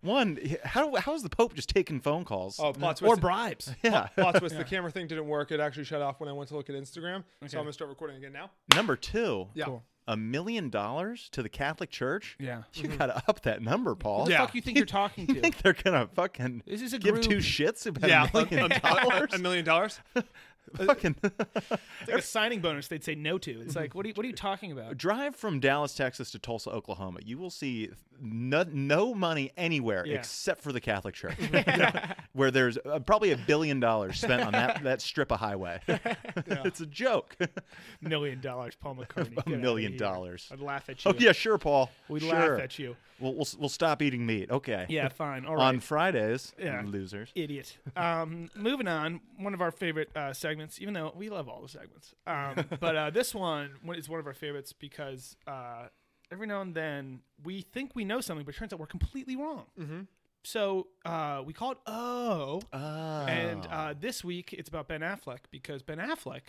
One, how how is the Pope just taking phone calls?
Oh, plot twist.
Or bribes.
yeah.
Plot twist,
[laughs]
the camera thing didn't work. It actually shut off when I went to look at Instagram. So I'm going to start recording again now.
Number two.
Yeah. Cool.
A million dollars to the Catholic Church?
Yeah. Mm-hmm.
You gotta up that number, Paul.
The fuck you think you're talking
[laughs] You
to?
think they're gonna fucking
This is a
give
group.
two shits about a
[laughs]
million
a- a-
dollars?
A million dollars?
fucking
It's like a signing bonus they'd say no to. It's like, what are you, what are you talking
[laughs]
about?
drive from Dallas, Texas to Tulsa, Oklahoma. You will see no, no money anywhere
Yeah.
except for the
[laughs]
Catholic Church, [laughs] where there's uh, probably a billion dollars spent on that that strip of highway.
[laughs]
[laughs] it's a joke. [laughs]
Million dollars, Paul McCartney. Get
a
outta
million
here.
dollars.
I'd laugh at you.
Oh yeah, sure, Paul.
We'd
sure.
laugh at you.
We'll, we'll we'll stop eating meat. Okay.
Yeah, fine. All
[laughs] On
right.
Fridays,
Yeah.
you losers.
Idiot. Um, [laughs] moving on, one of our favorite uh, segments, even though we love all the segments. Um, but uh, this one one- is one of our favorites because uh, every now and then we think we know something, but it turns out we're completely wrong. Mm-hmm. So uh, we call it Oh.
Ah.
And uh, this week it's about Ben Affleck because Ben Affleck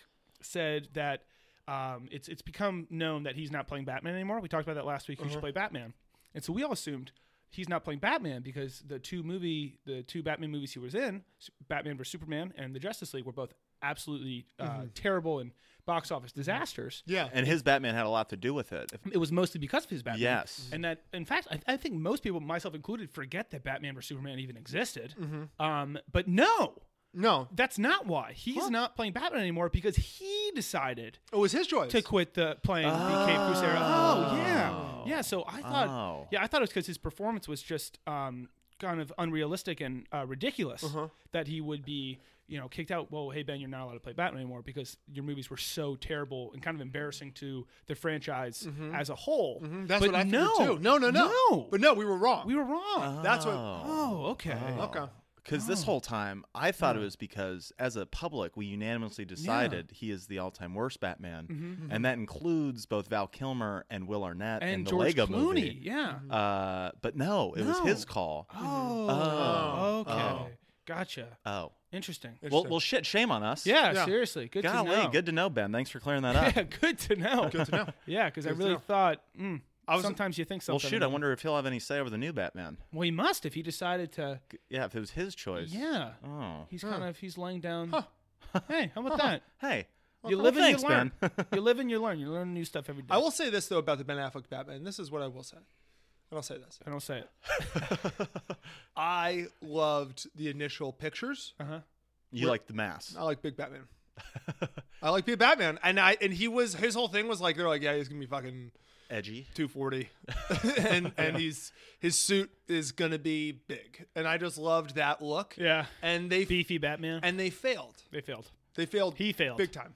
said that um, it's it's become known that he's not playing Batman anymore. We talked about that last week. He should play Batman, and so we all assumed he's not playing Batman because the two movie, the two Batman movies he was in, Su- Batman vs Superman and the Justice League, were both absolutely uh, terrible and box office disasters.
Yeah.
And his Batman had a lot to do with it. If-
It was mostly because of his Batman.
Yes.
and that in fact, I, I think most people, myself included, forget that Batman vs Superman even existed. Um, but no,
No.
that's not why he's not playing Batman anymore because he decided
It was his choice.
to quit the playing the Cape Crusader. Oh yeah, yeah. So I thought,
Oh.
yeah, I thought it was because his performance was just um, kind of unrealistic and uh, ridiculous
Uh-huh.
that he would be, you know, kicked out. Well, hey Ben, you're not allowed to play Batman anymore because your movies were so terrible and kind of embarrassing to the franchise as a whole.
Mm-hmm. That's
But
what I figured
no,
too. No, no, no.
no.
But no, we were wrong.
we were wrong.
That's what.
oh, okay.
Okay.
Because
Oh.
this whole time, I thought it was because, as a public, we unanimously decided he is the all-time worst Batman, and that includes both Val Kilmer and Will Arnett
Mm-hmm. And
in the
George
Lego
Clooney,
movie.
Mm-hmm.
yeah.
Uh, but no, it was
No.
his call.
Oh, okay. Gotcha.
Oh.
Interesting.
Well, well, shit. Shame on us.
Yeah,
Yeah.
seriously. Good
Golly,
to know.
good to know, Ben. Thanks for clearing that up.
[laughs] Yeah, good to know. Good to know. [laughs] yeah, because I really thought. Mm,
was-
sometimes you think
well,
something.
shoot. I wonder if he'll have any say over the new Batman.
Well, he must if he decided to.
Yeah, if it was his choice.
Yeah.
Oh.
He's kind of he's laying down. [laughs] Hey, how about that?
Hey.
You
Well,
live and
thanks,
you learn. [laughs]
Ben.
you live and you learn. You learn new stuff every day.
I will say this though about the Ben Affleck Batman. This is what I will say, and I'll say this:
I don't say it.
I loved the initial pictures.
You like the mask.
I like Big Batman. I like Big Batman, and I and he was his whole thing was like they're like yeah he's gonna be fucking
Edgy.
240 [laughs] and and he's his suit is gonna be big and i just loved that look
[laughs] Yeah.
and they
Beefy Batman.
and they failed
they failed.
they failed
He failed.
big time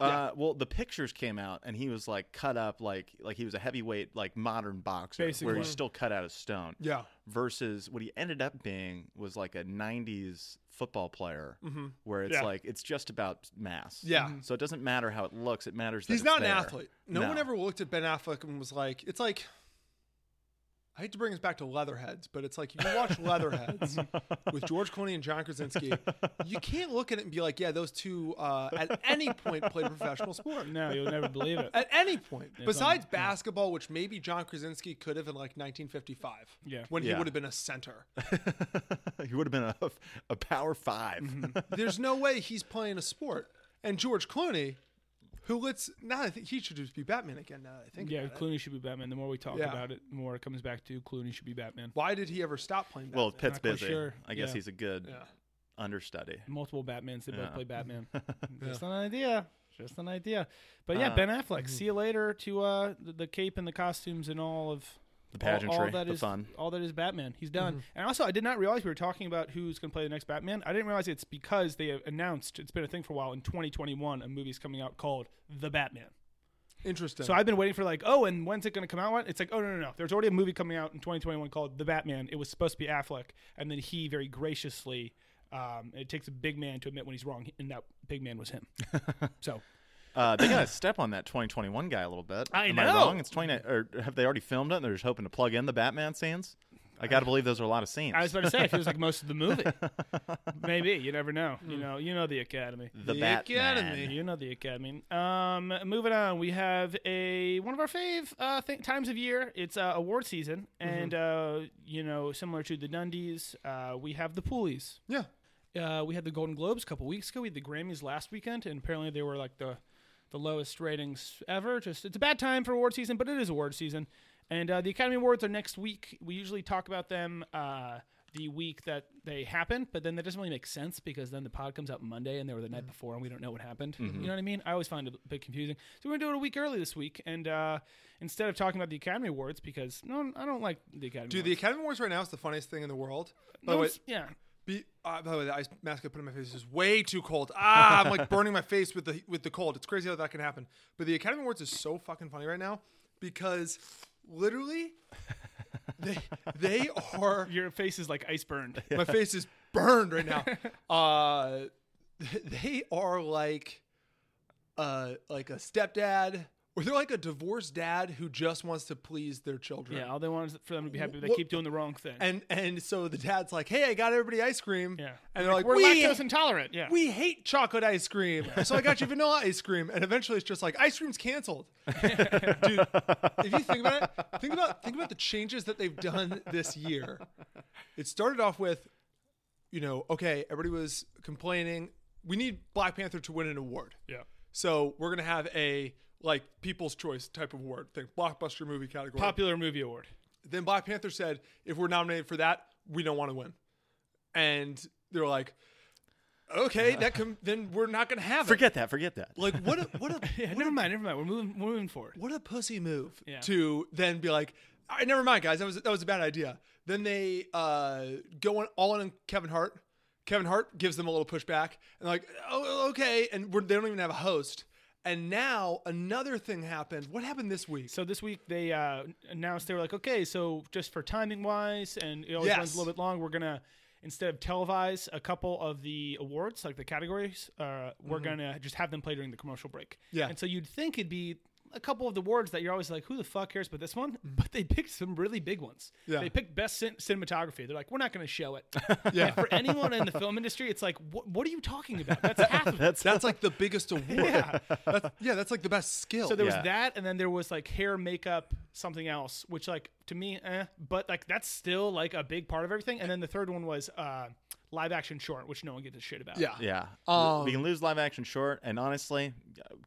Uh, well, the pictures came out, and he was like cut up, like like he was a heavyweight, like modern boxer, where
Basically.
he's still cut out of stone.
Yeah.
Versus what he ended up being was like a '90s football player, where it's
Mm-hmm. Yeah.
like it's just about mass.
Yeah. Mhm.
So it doesn't matter how it looks; it matters. That
he's
it's
not
there.
an athlete no, one ever looked at ben affleck and was like it's like I hate to bring this back to Leatherheads, but it's like if you
[laughs]
watch Leatherheads with George Clooney and John Krasinski, you can't look at it and be like, yeah, those two uh, at any point played professional
[laughs]
sport.
No, you'll never believe
[laughs]
it.
At any point, besides
um,
basketball, which maybe John Krasinski could have in like 1955,
Yeah.
when he
Yeah.
would have been a center.
[laughs] he would have been a, a power 5
Mm-hmm.
There's no way he's playing a sport. And George Clooney, who lets now, I think he should just be Batman again. Now that I think,
Yeah,
about it.
Clooney should be Batman. The more we talk
Yeah.
about it, the more it comes back to Clooney should be Batman.
Why did he ever stop playing? Batman?
[laughs] well, Pitt's
quite
busy.
sure.
I guess
Yeah.
he's a good understudy.
multiple Batmans. They both play Batman.
[laughs]
Just an idea. Just an idea. But
Uh,
yeah, Ben Affleck.
mm-hmm.
See you later to uh, the, the cape and the costumes and all of
The
all-
pageantry,
all, that
the
is-
fun.
all that is Batman. He's done. And also, I did not realize we were talking about who's going to play the next Batman. I didn't realize it's because they have announced it's been a thing for a while. In 2021, a movie's coming out called The Batman.
interesting.
So I've been waiting for like, oh, and when's it going to come out? It's like, oh no no no. There's already a movie coming out in 2021 called The Batman. It was supposed to be Affleck, and then he very graciously. Um, it takes a big man to admit when he's wrong, and that big man was him. so
Uh, they gotta step on that 2021 guy a little bit.
I
Am I
know.
wrong? It's 20, or have they already filmed it? and They're just hoping to plug in the Batman scenes. I gotta believe those are a lot of scenes.
I was about to say, it feels like most of the movie. Maybe you never know. You know, you know the Academy.
the Batman.
You know the Academy. Um, moving on, we have a one of our fave uh, th- times of year. It's uh, award season, and uh, you know, similar to the Dundies, uh, we have the Poolies.
yeah,
uh, we had the Golden Globes a couple weeks ago. We had the Grammys last weekend, and apparently they were like the the lowest ratings ever. Just it's a bad time for award season, but it is award season, and uh, the Academy Awards are next week. We usually talk about them uh, the week that they happen, but then that doesn't really make sense because then the pod comes out Monday and they were the night before, and we don't know what happened. You know what I mean? I always find it a bit confusing. So we're gonna do it a week early this week, and uh, instead of talking about the Academy Awards because no, I don't like the Academy.
dude, the
Awards.
Academy Awards right now is the funniest thing in the world.
No
By the way,
one's- yeah.
be, uh, by the way, the ice mask I put on my face is way too cold. Ah, I'm
[laughs]
like burning my face with the with the cold. It's crazy how that can happen. But the Academy Awards is so fucking funny right now because literally they they are
[laughs] Your face is like ice burned.
my face is burned right
[laughs]
now. Uh, they are like, uh, like a stepdad Or they're like a divorced dad who just wants to please their children.
Yeah, all they want is for them to be happy. but They
What-
keep doing the wrong thing.
And and so the dad's like, "Hey, I got everybody ice cream."
yeah,
And they're like,
we're
we,
lactose intolerant. Yeah,
we hate chocolate ice cream. So I got you vanilla ice cream. And eventually it's just like ice cream's
[laughs]
canceled. Dude, if you think about it, think about think about the changes that they've done this year. It started off with, you know, okay, everybody was complaining. We need Black Panther to win an award.
yeah.
So we're gonna have a like people's choice type of award thing, blockbuster movie category.
Popular movie award.
Then Black Panther said, if we're nominated for that, we don't want to win. And they're like, okay,
[laughs]
that com- then we're not going to have
Forget that. Forget that.
it. [laughs] Like what a what a
Yeah, never mind, never mind. We're moving, we're moving forward.
what a pussy move
Yeah.
to then be like, all right, never mind, guys. That was that was a bad idea. Then they uh, go on, all in on Kevin Hart. Kevin Hart gives them a little pushback and like, oh, okay. And we're, they don't even have a host. And now another thing happened. What happened this week?
So this week they uh, announced they were like, okay, so just for timing wise, and it always
Yes.
runs a little bit long, we're gonna instead of televise a couple of the awards, like the categories, uh, we're gonna just have them play during the commercial break.
Mm-hmm. Yeah.
And so you'd think it'd be a couple of the awards that you're always like, who the fuck cares about this one? But they picked some really big ones.
Mm-hmm. Yeah.
They picked best cin- cinematography. They're like, we're not gonna show it.
[laughs] yeah,
for anyone in the film industry, it's like, what, what are you talking about?
[laughs]
That's half of it.
that's like the
[laughs]
biggest award. yeah. That's, yeah, that's like the best skill.
So there
Yeah.
was that, and then there was like hair, makeup, something else, which like to me, eh, but like that's still like a big part of everything. And then the third one was uh, live action short, which no one gives a shit about.
yeah.
Yeah.
um,
we can lose live action short, and honestly,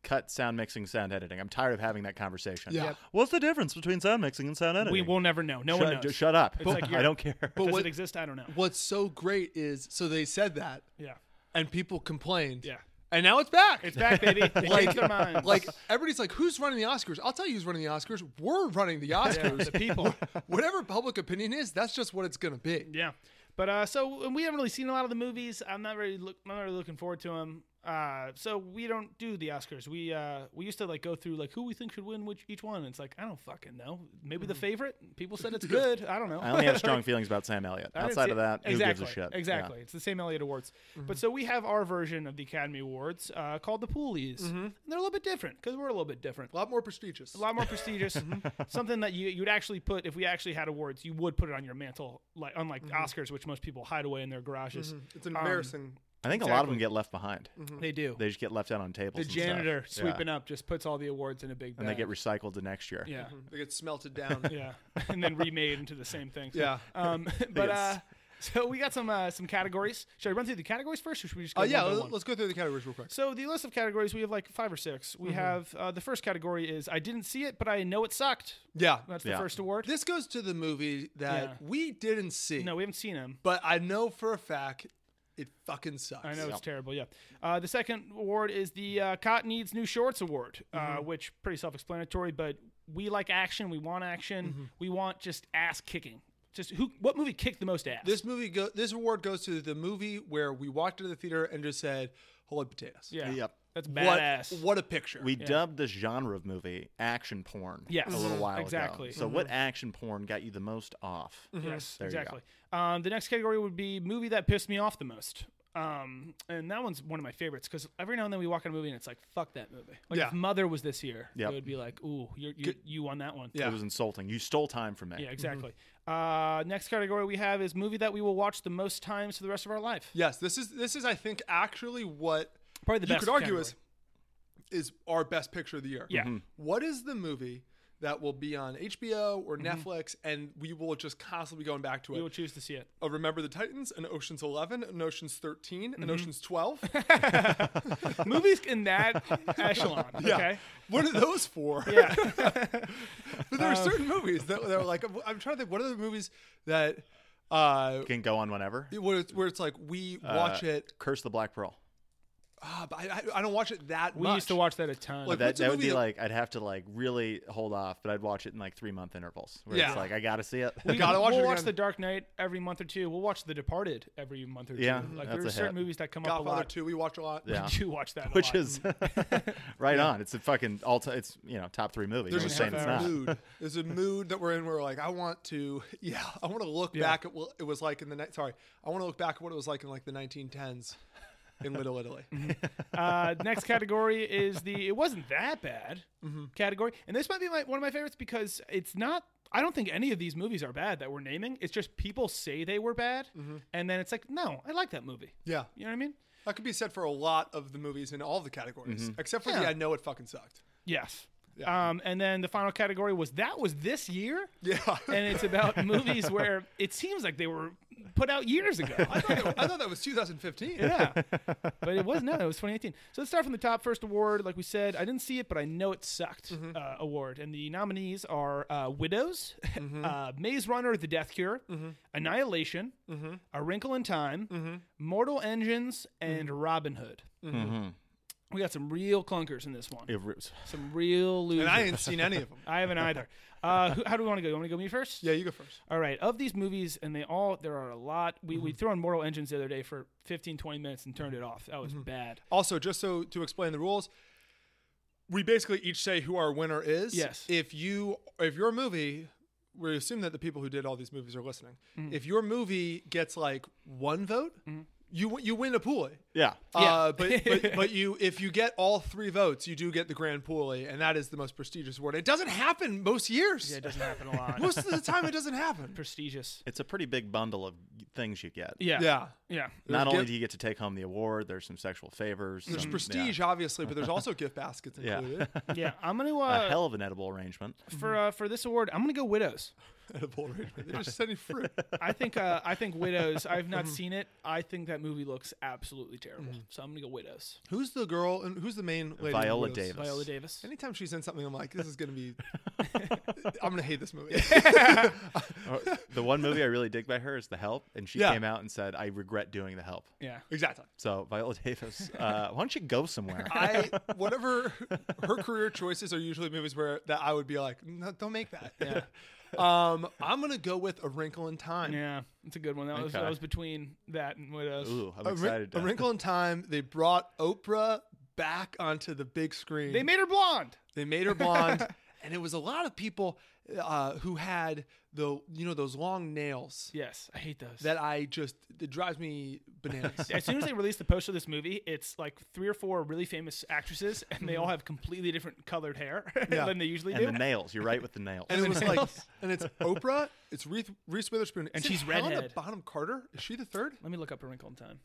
cut sound mixing, sound editing. I'm tired of having that conversation.
Yeah. Yep.
What's the difference between sound mixing and sound editing?
we will never know. No one
Shut-
knows.
just shut up.
It's like
[laughs] I
you're- [laughs]
don't care.
Does
what-
it exist? I don't know.
What's so great is so they said that
yeah,
and people complained.
Yeah.
And now it's back.
it's back, baby. They changed their minds.
[laughs] like everybody's like, who's running the Oscars? I'll tell you who's running the Oscars. We're running the
Yeah,
Oscars.
the people.
Whatever public opinion is, that's just what it's gonna be.
Yeah, but uh, so and we haven't really seen a lot of the movies. I'm not really look, I'm not really looking forward to them. Uh, so we don't do the Oscars. We uh, we used to like go through like who we think should win which each one. And it's like I don't fucking know. Maybe the favorite. People said
[laughs]
it's good. I don't know.
Hmm. I only
[laughs]
have strong [laughs] feelings about Sam Elliott.
I didn't
Outside
see-
of that,
exactly,
who gives a shit? Yeah. Mm-hmm.
Exactly. It's the same Elliott Awards. But so we have our version of the Academy Awards uh, called the Poolies.
Mm-hmm.
And they're a little bit different because we're a little bit different.
A lot more prestigious.
A lot more prestigious.
[laughs]
something that you you'd actually put if we actually had awards, you would put it on your mantle, like unlike
Mm-hmm.
Oscars, which most people hide away in their garages.
it's embarrassing.
I think a lot of them get left behind.
They do.
They just get left out on tables.
Mm-hmm. the
and stuff.
janitor
Yeah.
sweeping up just puts all the awards in a big bag.
and they get recycled to next year.
yeah.
they get smelted down.
[laughs] yeah, and then remade into the same thing. So,
Yeah.
[laughs]
[laughs]
um, but
Yes.
uh, so we got some uh, some categories. Should I run through the categories first, or should we just? Go
Uh, yeah,
one by
let-
one?
let's go through the categories real quick.
So the list of categories we have like five or six.
Mm-hmm.
We have uh, the first category is I didn't see it, but I know it sucked.
Yeah.
That's the
Yeah.
first award.
Uh, This goes to the movie that
Yeah.
we didn't see.
no, we haven't seen him.
But I know for a fact it fucking sucks.
I know it's terrible. Yeah. Uh, the second award is the uh, Cotton Needs New Shorts Award, uh, which pretty self-explanatory. But we like action. We want action. We want just ass kicking. Just who? What movie kicked the most ass?
This movie go this award goes to the movie where we walked into the theater and just said, Holy potatoes.
Yeah.
Yep.
That's
What,
badass.
what a picture.
We dubbed this genre of movie action porn
Yes.
a little
Mm-hmm.
Mhm.
while ago.
Exactly. Mm-hmm.
So, what action porn got you the most off?
Yes,
There you go.
exactly. Um, the next category would be movie that pissed me off the most. Um, and that one's one of my favorites because every now and then we walk in a movie and it's like, fuck that movie. Like
Yeah.
if Mother was this year,
Yep.
it would be like, ooh, you're, you you won that one.
Yeah.
It was insulting. You stole time from me.
Yeah, exactly. Uh, next category we have is movie that we will watch the most times for the rest of our life.
Yes, this is this is I think actually what
Probably the
you
best
could argue
category.
is is our best picture of the year.
Yeah. Mhm.
What is the movie that will be on HBO or Netflix and we will just constantly be going back to
Mm-hmm. We will
it?
choose to
[laughs]
see it. [laughs]
Uh, Remember the Titans and Ocean's Eleven and Ocean's 13
Mm-hmm.
and Ocean's Twelve.
[laughs] Movies in that echelon. Okay.
What are those for?
[laughs] Yeah.
[laughs]
Um,
but there are certain movies that, that are like I'm, I'm trying to think. What are the movies that uh
Can go on whenever.
where it's, where it's like we watch
Uh,
it?
Curse the Black Pearl.
Uh, but I, I- I don't watch it that
We
much.
used to watch that a ton.
Like,
That,
What's a
that would
movie
be
that-
like I'd have to like really hold off, but I'd watch it in like three month intervals. Where
Yeah.
it's like I gotta see it.
we,
gotta watch
we'll
it
watch
again.
The Dark Knight every month or two. We'll watch The Departed every month or two.
Yeah,
Like
that's
there are
a
certain
hit.
movies that come up a
Godfather
lot.
Two. We watch a lot.
[laughs]
yeah,
I do watch that, a
[laughs] which
lot.
is [laughs] right on. It's a fucking all. T- it's you know top three movie.
There's
no
just
one's
a
saying it's not. [laughs]
mood. There's a mood that we're in where like I want to, [laughs] yeah, I want to look back at what it was like in the night. Sorry, I want to look back at what it was like in like the 1910s,
[laughs]
in Little Italy.
Uh, next category is the it wasn't that bad
Mm-hmm.
category, and this might be my, one of my favorites because it's not. I don't think any of these movies are bad that we're naming. It's just people say they were bad, and then it's like, no, I like that movie.
Mm-hmm. yeah,
You know what I mean?
that could be said for a lot of the movies in all the categories,
Mm-hmm.
except for the
Yeah.
I know it fucking sucked. [laughs]
Yes. Um, and then the final category was that was this year.
Yeah,
And it's
[laughs]
about movies where it seems like they were put out years ago.
[laughs]
I thought they were-
I thought that was 2015.
yeah.
[laughs]
But it was no, it was 2018. So let's start from the top first award. Like we said, I didn't see it, but I know it sucked.
Mm-hmm.
Uh, award and the nominees are uh, Widows, [laughs]
Mm-hmm.
uh, Maze Runner: The Death Cure, Annihilation,
Mm-hmm.
A Wrinkle in Time, Mortal Engines, and
Mm-hmm.
Robin Hood. We got some real clunkers in this one.
It rips.
Some real losers.
and I ain't seen any of them.
I haven't either. Uh, who, how do we want to go? You want me to go me first?
Yeah, you go first.
All right. Of these movies, and they all, there are a lot. We,
Mm-hmm.
we threw on Mortal Engines the other day for 15, 20 minutes and turned it off. That
Mm-hmm.
was bad.
Also, just so to explain the rules, we basically each say who our winner is.
Yes.
If you, if your movie, we assume that the people who did all these movies are listening. If your movie gets like one vote, you w- you win a pulley.
Yeah.
Uh, but, but but you if you get all three votes, you do get the grand pulley, and that is the most prestigious award. It doesn't happen most years.
Yeah, it doesn't happen a
[laughs]
lot.
most of the time, it doesn't happen.
prestigious.
It's a pretty big bundle of things you get.
Yeah.
Yeah.
[laughs]
Yeah.
There's
Not only
gift-
do you get to take home the award, there's some sexual favors.
There's
some-
prestige,
Mm, yeah.
obviously, but there's
[laughs]
also gift baskets
Yeah.
included. [laughs]
Yeah. I'm going to,
A
uh,
hell of an edible arrangement.
for, uh, for this award, I'm going to go Widows.
And a bowl of orange. They're just sending
[laughs]
fruit.
I think, uh, I think Widows, I've not
Mm-hmm.
seen it. I think that movie looks absolutely terrible. So I'm going to go Widows.
Who's the girl and who's the main lady? in
Viola
Widows?
Davis.
Viola Davis.
Anytime she's in something, I'm like, this is gonna
[laughs]
be. I'm gonna hate this movie.
Oh, the one movie I really dig by her is The Help, and she
Yeah.
came out and said, "I regret doing The Help."
Yeah.
exactly.
So Viola Davis, uh, why don't you go somewhere?
[laughs] I whatever her career choices are usually movies where that I would be like, no, don't make that. [laughs] Um, I'm gonna go with A Wrinkle in Time.
Yeah. It's a good one. That was,
Okay.
that was between that and Widows.
Ooh, I'm
A, Wrin-
excited.
A
to-
Wrinkle in Time. They brought Oprah back onto the big screen.
They made her blonde.
They made her blonde, [laughs] and it was a lot of people uh, who had the you know those long nails
Yes, I hate those.
that I just it drives me
[laughs]
bananas.
as soon as they released the poster of this movie, it's like three or four really famous actresses, and they all have completely different colored hair [laughs]
Yeah.
than they usually
Mm-hmm. and
do.
the nails. You're right with the nails.
and it was like,
nails.
and it's Oprah, it's Reese, Reese Witherspoon,
And
Is it
she's
Helena
redhead.
Bonham Carter. Is she
[laughs]
the third?
Let me look up a wrinkle in time.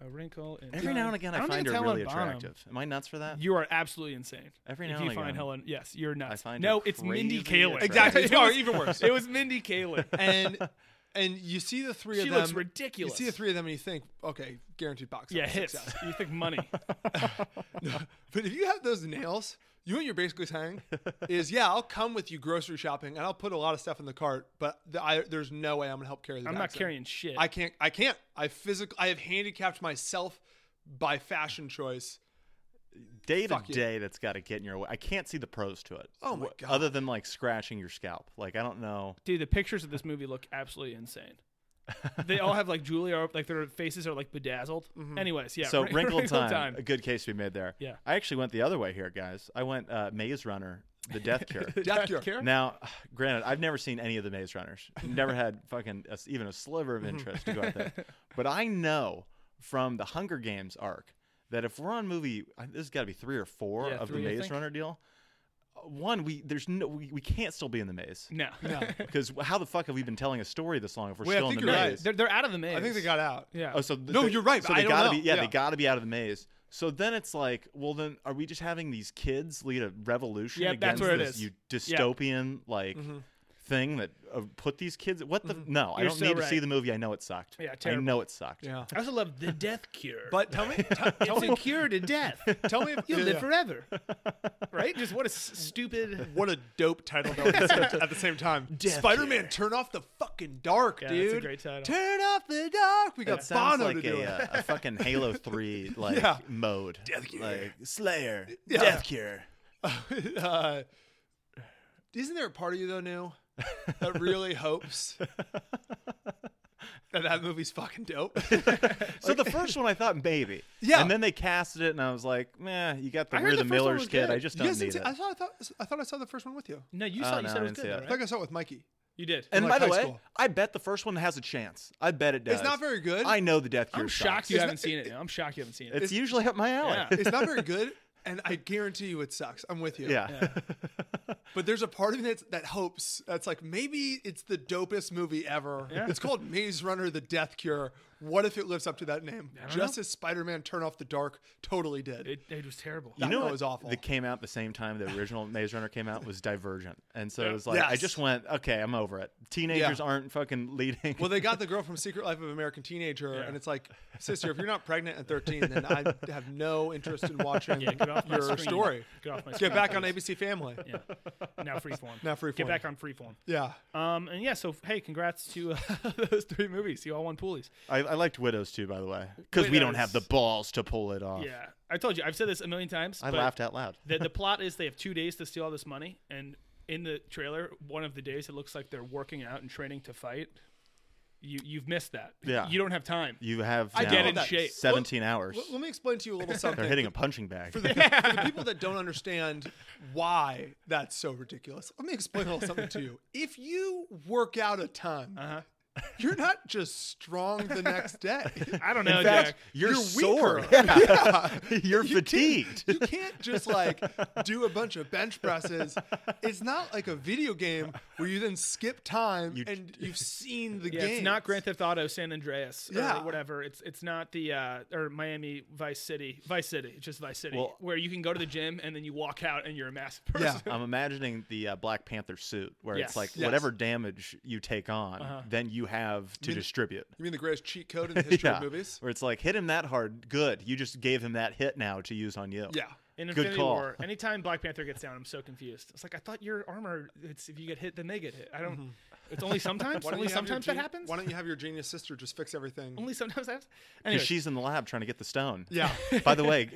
A wrinkle in
Every now and again, I,
don't
find
think
her
it's Helen
really
Bonham.
attractive. Am I nuts for that?
You are absolutely insane.
Every
if
now
you
and
find
again.
Helen, yes, you're nuts.
find
no,
her
it's Mindy
crazy
Kaling.
attractive.
It
[laughs]
Exactly.
was-
Oh, even worse.
It was Mindy Kaling. [laughs]
And and you see the three
She
of them.
looks ridiculous.
You see the three of them, and you think, okay, guaranteed box
yeah,
office
hits.
success.
You think
[laughs]
money?
But if you have those nails, you know what you're
[laughs]
basically saying is, yeah, I'll come with you grocery shopping, and I'll put a lot of stuff in the cart, but the, I, there's no way I'm gonna help carry the.
I'm not
bags in.
carrying shit.
I can't. I can't. I physically. I have handicapped myself by fashion choice.
day to
Fuck you.
day, that's got to get in your way. I can't see the pros to it.
Oh my
Wh-
God.
Other than like scratching your scalp, like I don't know.
Dude, the pictures of this movie look absolutely insane. they all have like Julia, like their faces are like bedazzled. Anyways, yeah.
Mm-hmm.
[laughs]
So
Wrin-
wrinkle time,
time.
a good case to be made there.
Yeah.
I actually went the other way here, guys. I went uh, Maze Runner, The Death Cure.
Death cure.
Now, [sighs] granted, I've never seen any of the Maze Runners. Never had fucking a s even a sliver of interest to go out there. But I know from the Hunger Games arc that if we're on movie, I- this has got to be three or four
Yeah,
of
three, I
the Maze
think.
Runner deal. uh, One, we there's no we, we can't still be in the maze
[laughs]
[laughs]
No,
because how the fuck have we been telling a story this long if we're
Wait, I
still in
think
the
you're
maze?
right.
They're, they're out of the maze.
I think they got out.
Yeah.
Oh, so th-
No,
they-
you're right,
So
but
they
I don't
gotta
know.
be, yeah,
Yeah.
they gotta be out of the maze. So then it's like, well, then are we just having these kids lead a revolution
Yeah, that's
against
where it
this
is.
eu-
Yeah.
dystopian like
Mm-hmm.
thing that uh, put these kids? What the? No, I
You're
don't
so
need to see
right.
the movie. I know it sucked.
Yeah,
I
terrible.
know it sucked.
Yeah.
I also love the death cure.
But tell
[laughs]
me, tell,
it's a cure to death.
tell me, if,
You'll
yeah,
live
yeah. [laughs]
forever, right? Just what a s- stupid.
What a dope title though, at, the same, at the
[laughs]
same time. Spider-Man, turn off the fucking dark,
Yeah, that's a
dude.
great title.
Turn off the dark. We got
That sounds
Bono to
like
do
a,
it.
uh, a fucking
[laughs]
Halo Three like
Yeah.
mode, Death Cure. like Slayer,
Yeah.
Death [laughs] Cure.
Uh, [laughs] isn't there a part of you though, new,
[laughs]
that really hopes that that movie's fucking
[laughs]
dope?
So the first one I thought maybe,
[laughs] Yeah.
and then they casted it, and I was like, man, you got the
I heard
We're
the
the,
first one
Miller's
was
kid.
good.
I just
You
don't
guys didn't
need
see-
it.
I thought I thought I thought I saw the first one with you.
No, you
Oh,
saw. you
no,
said
I
it was
didn't
good.
see
Though,
that.
right?
I think I saw it with Mikey.
You did.
And
like
by the
high
way,
school.
I bet the first one has a chance. I bet it does.
It's not very good.
I know the Death Gear.
I'm
sucks.
shocked you haven't seen it. now. I'm shocked you haven't seen it.
It's, usually up my alley. [laughs]
Yeah.
It's not very good, and I guarantee you it sucks. I'm with you.
Yeah.
But there's a part of me that's, that hopes that's like maybe it's the dopest movie ever. It's called Maze Runner: The Death Cure. What if it lives up to that name? Just as Spider-Man: Turn Off the Dark totally did.
it, it was terrible.
You
I
know
know it
what
was awful.
That came out the same time the original Maze Runner came out
[laughs]
was Divergent, and so it was like I
Yes.
just went, okay, I'm over it. Teenagers aren't fucking leading.
well, they got the girl from Secret Life of American Teenager, and it's like, sister, if you're not pregnant at 13, then I have no interest in watching
Yeah, get off my
your
screen.
story.
Get off my
Get
screen,
back on
please.
ABC Family. Yeah.
Now freeform.
Now
Get
Freeform.
back on freeform.
yeah.
Um, and yeah, so hey, congrats to uh, [laughs] those three movies. You all won poolies.
[laughs] I, I liked Widows too, by the way, because we don't have the
Widows.
balls to pull it off.
Yeah, I told you. I've said this a million times.
I
but
laughed out loud.
The, the plot is they have two days to steal all this money, and in the trailer, one of the days it looks like they're working out and training to fight. You you've missed that.
Yeah.
you don't have time.
You have
I
now
get in shape.
17 hours.
Let, let me explain to you a little something.
They're hitting a punching
[laughs]
bag. [laughs]
for the, for the people that don't understand why that's so ridiculous, let me explain a little something to you. If you work out a ton,
Uh-huh.
you're not just strong the next day.
[laughs] I don't know,
fact,
Jack.
you're,
weaker.
sore. [laughs]
[laughs] Yeah.
You're
[laughs] You can't-
fatigued.
You can't just like do a bunch of bench presses. It's not like a video game where you then skip time
You-
and you've seen the
Yeah,
game.
it's not Grand Theft Auto San Andreas or
Yeah.
whatever. It's it's not the uh, or Miami Vice City, Vice City, it's just Vice City,
Well-
where you can go to the gym and then you walk out and you're a massive person. [laughs]
[laughs] Yeah.
I'm imagining the uh, Black Panther suit where
Yes.
it's like
Yes.
whatever damage you take on, then you have to distribute.
You mean the greatest cheat code in the history
yeah.
of movies?
Where it's like, hit him that hard. Good. You just gave him that hit now to use on you.
Yeah.
In
Good
Infinity
[laughs]
call.
War, anytime Black Panther gets down, I'm so confused. It's like I thought your armor. It's if you get hit, then they get hit. I don't. It's only sometimes.
Mm-hmm. [laughs] Why don't
only
you have your
sometimes that
gen-
happens.
Why don't you have your genius sister just fix everything?
only sometimes that. happens.
Because
Anyways,
she's in the lab trying to get the stone.
Yeah.
[laughs] By the way,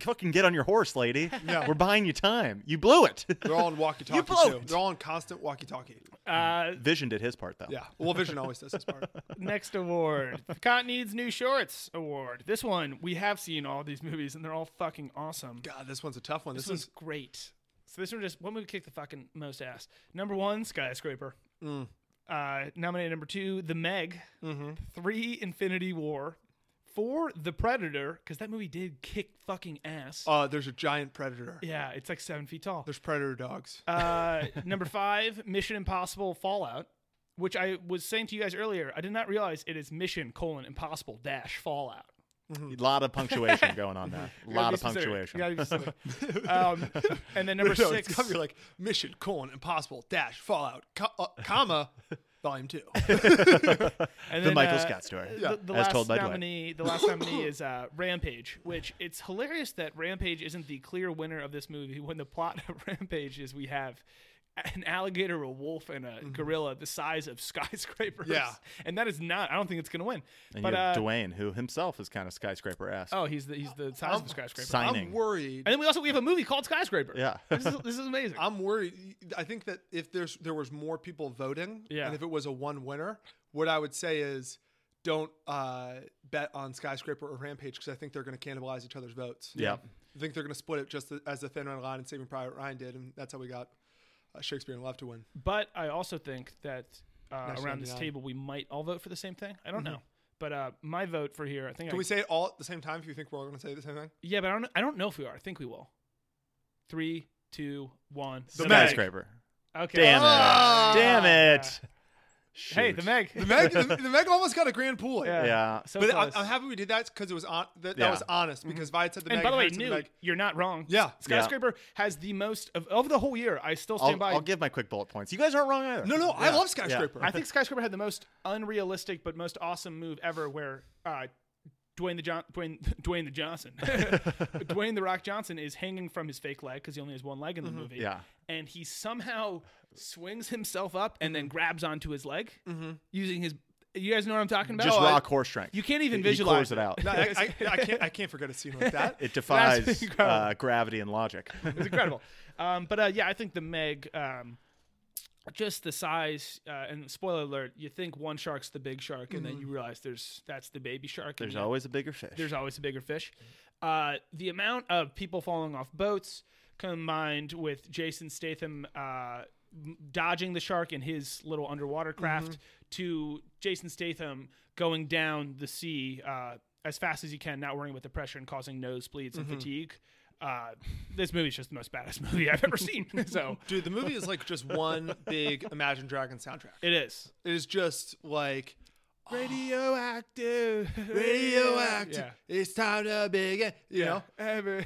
fucking get on your horse, lady.
Yeah.
We're buying you time. You blew it.
They're
[laughs]
all on
You
walkie-talkie
blew
too.
it.
They're all on constant walkie-talkie.
uh,
[laughs] Vision did his part, though.
Yeah. Well, Vision always does
[laughs]
his part.
next award, the Cotton Needs New Shorts Award. This one we have seen all these movies and they're all fucking awesome.
God, this one's a tough one. This,
This one's
is
great. So this one just what movie kicked the fucking most ass? Number one, Skyscraper. Uh, nominated number two, The Meg. Three, Infinity War. Four, The Predator, because that movie did kick fucking ass.
uh, there's a giant predator.
yeah, it's like seven feet tall.
There's predator dogs.
Uh, number five, Mission Impossible Fallout, which I was saying to you guys earlier. I did not realize it is Mission colon Impossible dash Fallout.
A lot of punctuation going on there. A lot
Gotta
of
be specific.
punctuation.
Gotta be
[laughs]
specific. um, and then number
no,
six,
it's covered like Mission: colon, Impossible Dash Fallout, co- uh, comma, Volume Two.
and
The
then,
Michael
uh,
Scott story,
the, the
as
last
told by Dwight.
nominee, the last
[laughs]
nominee is uh, Rampage, which it's hilarious that Rampage isn't the clear winner of this movie when the plot [laughs] of Rampage is we have an alligator, a wolf, and a
Mm-hmm.
gorilla the size of [laughs] skyscrapers.
Yeah.
and that is not. I don't think it's gonna win.
And
but
you have
uh,
Dwayne, who himself is kind of skyscraper esque.
oh, he's the he's the size
Um,
of a skyscraper.
I'm
signing.
worried.
and then we also we have a movie called Skyscraper.
Yeah.
this is, this is amazing.
I'm worried. I think that if there's there was more people voting,
Yeah.
and if it was a one winner, what I would say is don't uh, bet on skyscraper or rampage because I think they're going to cannibalize each other's votes.
Yeah.
I think they're going to split it just as the Thin Red Line and Saving Private Ryan did, and that's how we got uh, Shakespeare and Love to win.
But I also think that uh,
National
around this
99.
table we might all vote for the same thing. I don't know. But uh, my vote for here, I think. I,
Can we say it all at the same time if you think we're all going to say the same thing?
Yeah, but I don't. I don't know if we are. I think we will. Three, two, one.
The Meg.
skyscraper.
Okay. Ah!
Damn it. Damn it.
Hey, the
Shoot.
Meg. [laughs]
The Meg, the, the Meg almost got a grand pool.
Yeah.
So
but I'm,
close.
I'm happy we did that because it was on. That, that
Yeah.
was honest because if I had said the
and
Meg,
by the way,
Harrison,
new.
Meg-
You're not wrong.
Yeah.
Skyscraper has the most of, of the whole year. I still stand
I'll,
by.
I'll give my quick bullet points. You guys aren't wrong either.
no, no, I
Yeah.
love skyscraper.
I think skyscraper had the most unrealistic but most awesome move ever, where uh, Dwayne the John Dwayne [laughs] Dwayne the Johnson, Dwayne the Rock Johnson is hanging from his fake leg because he only has one leg in the movie.
Mm-hmm. Yeah.
and he somehow swings himself up and
Mm-hmm.
then grabs onto his leg using his. You guys know what I'm talking about?
Just
Oh, I-
rock horse strength.
You can't even
He-
visualize [laughs]
He cores it out.
No, I, I, I can't. I can't forget a scene like that.
That's [laughs]
It defies
incredible.
uh, gravity and logic.
It's incredible. [laughs] um, but uh, yeah, I think the Meg, um, just the size, uh, and spoiler alert, you think one shark's the big shark, and then you realize there's that's the baby shark. and
Mm-hmm. There's
you-
always a bigger fish.
there's always a bigger fish. Uh, the amount of people falling off boats combined with Jason Statham uh, dodging the shark in his little underwater craft to Jason Statham going down the sea uh, as fast as he can, not worrying about the pressure and causing nosebleeds and fatigue. Uh, this movie is just the most badass [laughs] movie I've ever seen. so
Dude, the movie is like just one big Imagine Dragon soundtrack.
it is.
It is just like radioactive, radioactive.
Yeah.
It's time to begin. You know,
Ever. [laughs]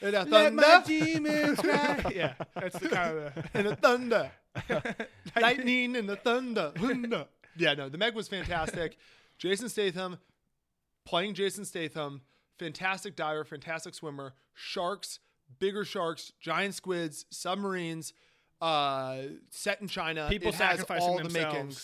and a
Let my
demons cry.
yeah, that's the kind of. [laughs] the-
[laughs] and the thunder, lightning and the thunder. thunder. Yeah, no, the Meg
[laughs]
was fantastic. Jason Statham playing Jason Statham, fantastic diver, fantastic swimmer, sharks, bigger sharks, giant squids, submarines, uh, set in China.
People
it has
sacrificing
all
themselves.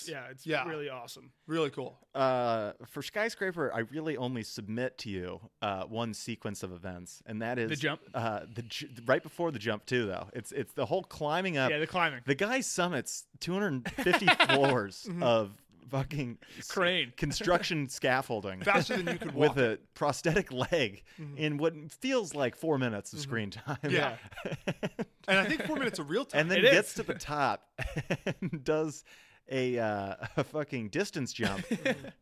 the makings.
Yeah, it's really awesome.
really cool.
Uh, for skyscraper, I really only submit to you uh, one sequence of events, and that is
The jump?
Uh, the ju- right before the jump too, though. It's it's the whole climbing up.
Yeah, the climbing.
The guy summits 250 floors of fucking s-
Crane.
construction scaffolding
Faster than you could walk.
with a prosthetic leg in what feels like four minutes of screen time. [laughs]
Yeah. and I think four minutes of real time.
and then
It
gets
is.
to the top [laughs] and does a uh, [laughs] a fucking
[laughs]
distance jump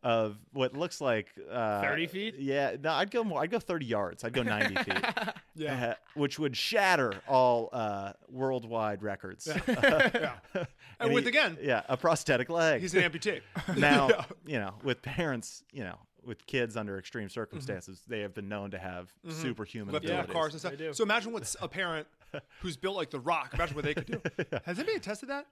of what looks like uh,
30 feet?
Yeah, no, I'd go more. I'd go thirty yards. I'd
[laughs]
go ninety feet,
yeah.
uh, which would shatter all uh, worldwide records. [laughs]
[laughs]
and
And with, again-
yeah, a prosthetic leg.
He's an
[laughs]
amputee. [laughs]
now you know with parents, you know. With kids under extreme
Mm-hmm.
circumstances, they have been known to have superhuman
lifting
abilities.
up Mm-hmm. cars and stuff. So imagine what's a parent who's built like the Rock. Imagine what they could
[laughs]
do. Has anybody tested that?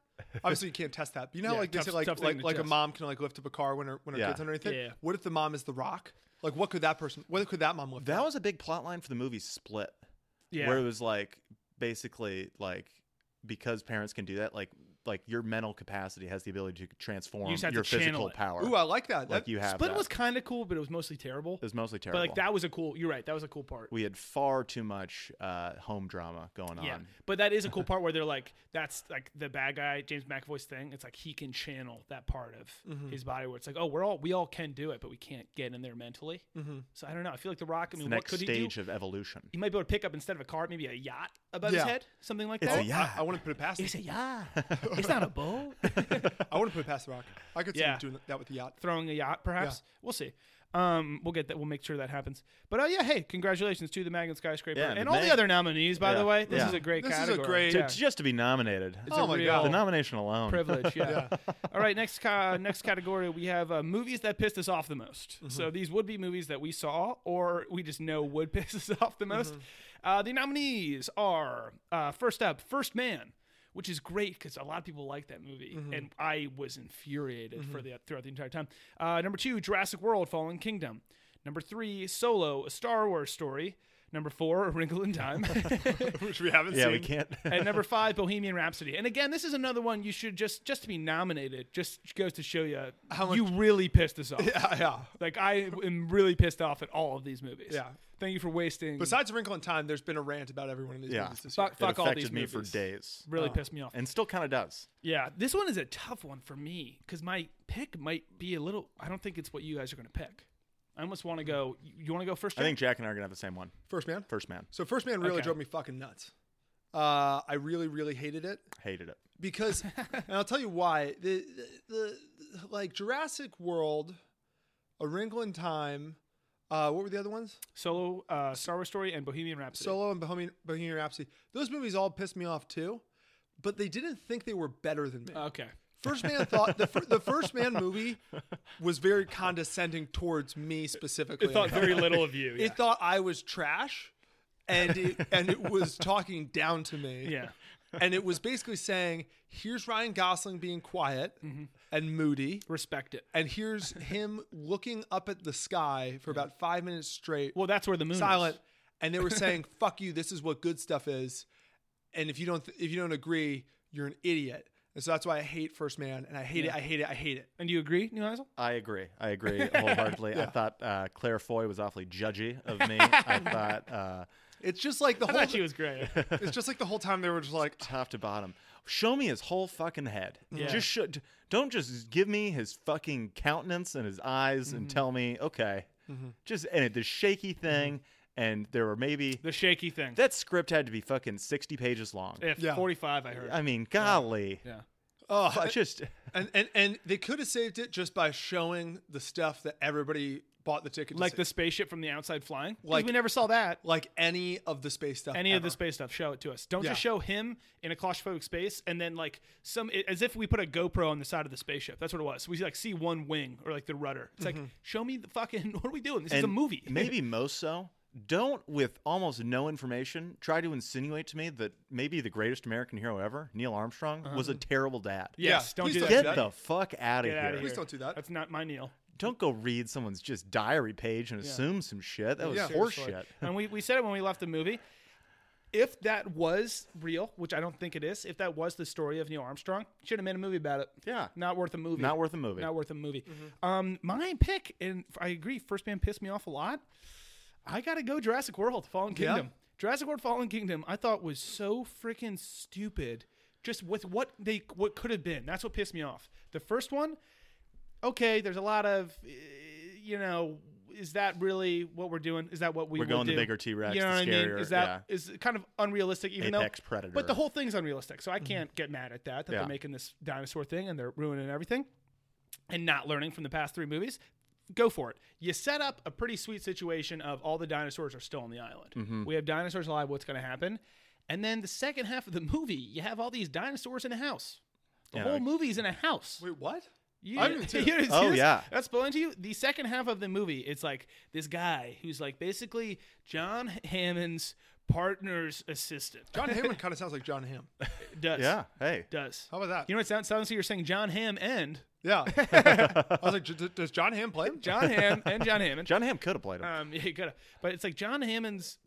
Obviously, you can't test that. But you know,
Yeah,
like they
tough-
say, like
tough thing
like,
to
like a
test.
mom can like lift up a car when her when her
Yeah.
kids underneath it.
Yeah.
What if the mom is the Rock? Like, what could that person? What could that mom lift?
That
up?
was a big plot line for the movie Split.
Yeah.
Where it was like basically like because parents can do that, like like your mental capacity has the ability to transform
You just have
your
to channel
physical
it.
power.
Ooh, I like that.
like
That-
you have
Split
that.
was kind of cool, but it was mostly terrible.
it was mostly terrible.
But like that was a cool. You're right. That was a cool part.
we had far too much uh, home drama going
yeah,
on.
but that is
[laughs]
a cool part where they're like, that's like the bad guy James McAvoy's thing. It's like he can channel that part of
Mm-hmm.
his body where it's like, oh, we're all we all can do it, but we can't get in there mentally. Mm-hmm. So I don't know. I feel like the Rock. I
The
mean, what
next
could he
stage
do?
of evolution.
He might be able to pick up instead of a car, maybe a yacht above his
Yeah.
head, something like
It's
that.
a yacht.
I, want to put it past.
It's
him.
a
[laughs]
yacht. it's not a boat.
I want to put it past the Rock. I could see
Yeah.
him doing that with the
[laughs]
yacht.
throwing a yacht, perhaps. We'll see. Um, we'll get that. We'll make sure that happens. But uh, yeah, hey, congratulations to the Magnet Skyscraper
Yeah,
and,
the
all
Mag-
the other nominees. By
Yeah,
the way, this
yeah.
is a great
This is a
category.
great-
To-
Yeah.
to just to be nominated.
Oh
a
my
real-
god.
the nomination alone.
privilege. Yeah. All right. Next, ca- next category, we have uh, movies that pissed us off the most. So these would be movies that we saw or we just know would [laughs] piss us off the most. Uh, the nominees are uh, first up, First Man, which is great because a lot of people like that movie, and I was infuriated for the throughout the entire time. Uh, number two, Jurassic World: Fallen Kingdom. Number three, Solo: A Star Wars Story. Number four, A Wrinkle in Time. [laughs]
Which we haven't
Yeah,
seen.
we can't. [laughs]
At number five, Bohemian Rhapsody. And again, this is another one you should just just to be nominated. Just goes to show you
much-
you really pissed us off.
[laughs] Yeah, yeah.
Like I am really pissed off at all of these movies.
Yeah.
Thank you for wasting.
Besides Wrinkle in Time, there's been a rant about every one of these
Yeah.
movies this year.
fuck,
It
fuck all
affected
these
me
movies.
for days,
Really pissed me off.
and still kind of does.
yeah, this one is a tough one for me because my pick might be a little. I don't think it's what you guys are going to pick. I almost want to go. You, want to go first?
I think
Jack?
Jack and I are gonna have the same one.
First Man.
First man,
So First Man really
Okay.
drove me fucking nuts. Uh, I really, really hated it.
hated it.
[laughs]
because and I'll tell you why the, the the like Jurassic World, A Wrinkle in Time, uh, what were the other ones?
Solo, uh, Star Wars Story, and Bohemian Rhapsody.
Solo and Bohemian, Bohemian Rhapsody. Those movies all pissed me off too, but they didn't think they were better than me.
Okay.
First Man thought the, fir- the
[laughs]
First Man movie was very condescending towards me specifically.
It thought very little of you. Yeah.
[laughs] It thought I was trash, and it, and it was talking down to me.
yeah.
and it was basically saying, here's Ryan Gosling being quiet
Mm-hmm.
and moody,
Respect it.
and here's him looking up at the sky for about five minutes straight,
Well, that's where the moon is.
silent. And they were saying, [laughs] "Fuck you! This is what good stuff is." And if you don't, if you don't agree, you're an idiot. And so that's why I hate First Man, and I hate it. I hate it. I hate it.
And do you agree, New Hazel?
I agree. I agree
[laughs]
wholeheartedly. I thought uh, Claire Foy was awfully judgy of
[laughs]
me. I thought uh,
It's just like the
I
whole.
thought she was
[laughs]
great.
It's just like the whole time they were
[laughs]
just like,
top to bottom. Show me his whole fucking head.
Yeah.
Just show, d- don't just give me his
Mm-hmm.
fucking countenance and his eyes and tell me okay. Just and it, the shaky thing and there were maybe
The shaky thing.
that script had to be fucking sixty pages long.
if
Yeah.
45, I heard.
I mean, golly,
yeah.
Oh,
I just
and, and and they could have saved it just by showing the stuff that everybody bought the ticket. to
Like
see.
the spaceship from the outside flying. 'Cause
Like-
we never saw that.
like any of the space stuff.
Any of the
ever.
space stuff, show it to us. Don't just
Yeah.
show him in a claustrophobic space and then like some it- as if we put a GoPro on the side of the spaceship. That's what it was. We like see one wing or like the rudder. It's
Mm-hmm.
like show me the fucking [laughs] what are we doing? This is a
and
movie. [laughs]
maybe most so. Don't, with almost no information, try to insinuate to me that maybe the greatest American hero ever, Neil Armstrong,
Uh-huh.
was a terrible dad.
yes.
Yeah,
don't
please
do
don't
that.
do
Get
that.
the fuck out of
Get outta
here.
Please don't do that.
That's not my Neil.
Don't go read someone's just diary page and assume some shit. That was
Yeah.
horse
Seriously.
shit.
[laughs] and we, we said it when we left the movie. If that was real, which I don't think it is, if that was the story of Neil Armstrong, should have made a movie about it.
Yeah.
Not worth a movie.
Not worth a movie.
Not worth a movie. Um, my pick, and I agree, First Man pissed me off a lot. I gotta go Jurassic World, Fallen
Yeah.
Kingdom. Jurassic World Fallen Kingdom, I thought was so freaking stupid. Just with what they what could have been. That's what pissed me off. The first one, okay, there's a lot of eh, you know, is that really what we're doing? Is that what we
We're
would
going the
do?
bigger T-Rex,
You know
the
what I mean?
scarier-
Is that is kind of unrealistic, even
Apex
though
predator. Mm-hmm.
But the whole thing's unrealistic, so I can't get mad at that. That
Yeah.
they're making this dinosaur thing and they're ruining everything and not learning from the past three movies, go for it. You set up a pretty sweet situation of all the dinosaurs are still on the island.
Mm-hmm.
We have dinosaurs alive. What's going to happen? And then the second half of the movie, you have all these dinosaurs in a house. The
Yeah.
whole movie's in a house.
Wait, what?
You,
I didn't see
you didn't see
Oh,
this?
yeah.
That's spoiling to you. The second half of the movie, it's like this guy who's like basically John Hammond's partner's assistant.
John Hammond kind of sounds like John Hamm.
does
Yeah. Hey.
does.
How about that?
You know what sounds sounds like you're saying John Hamm and
Yeah. [laughs] I was like, "J- d- does John Hamm play him?
John Hamm and John Hammond.
John Hamm could have played him.
Uh,
Um, [laughs] you gotta, but it's like John Hammond's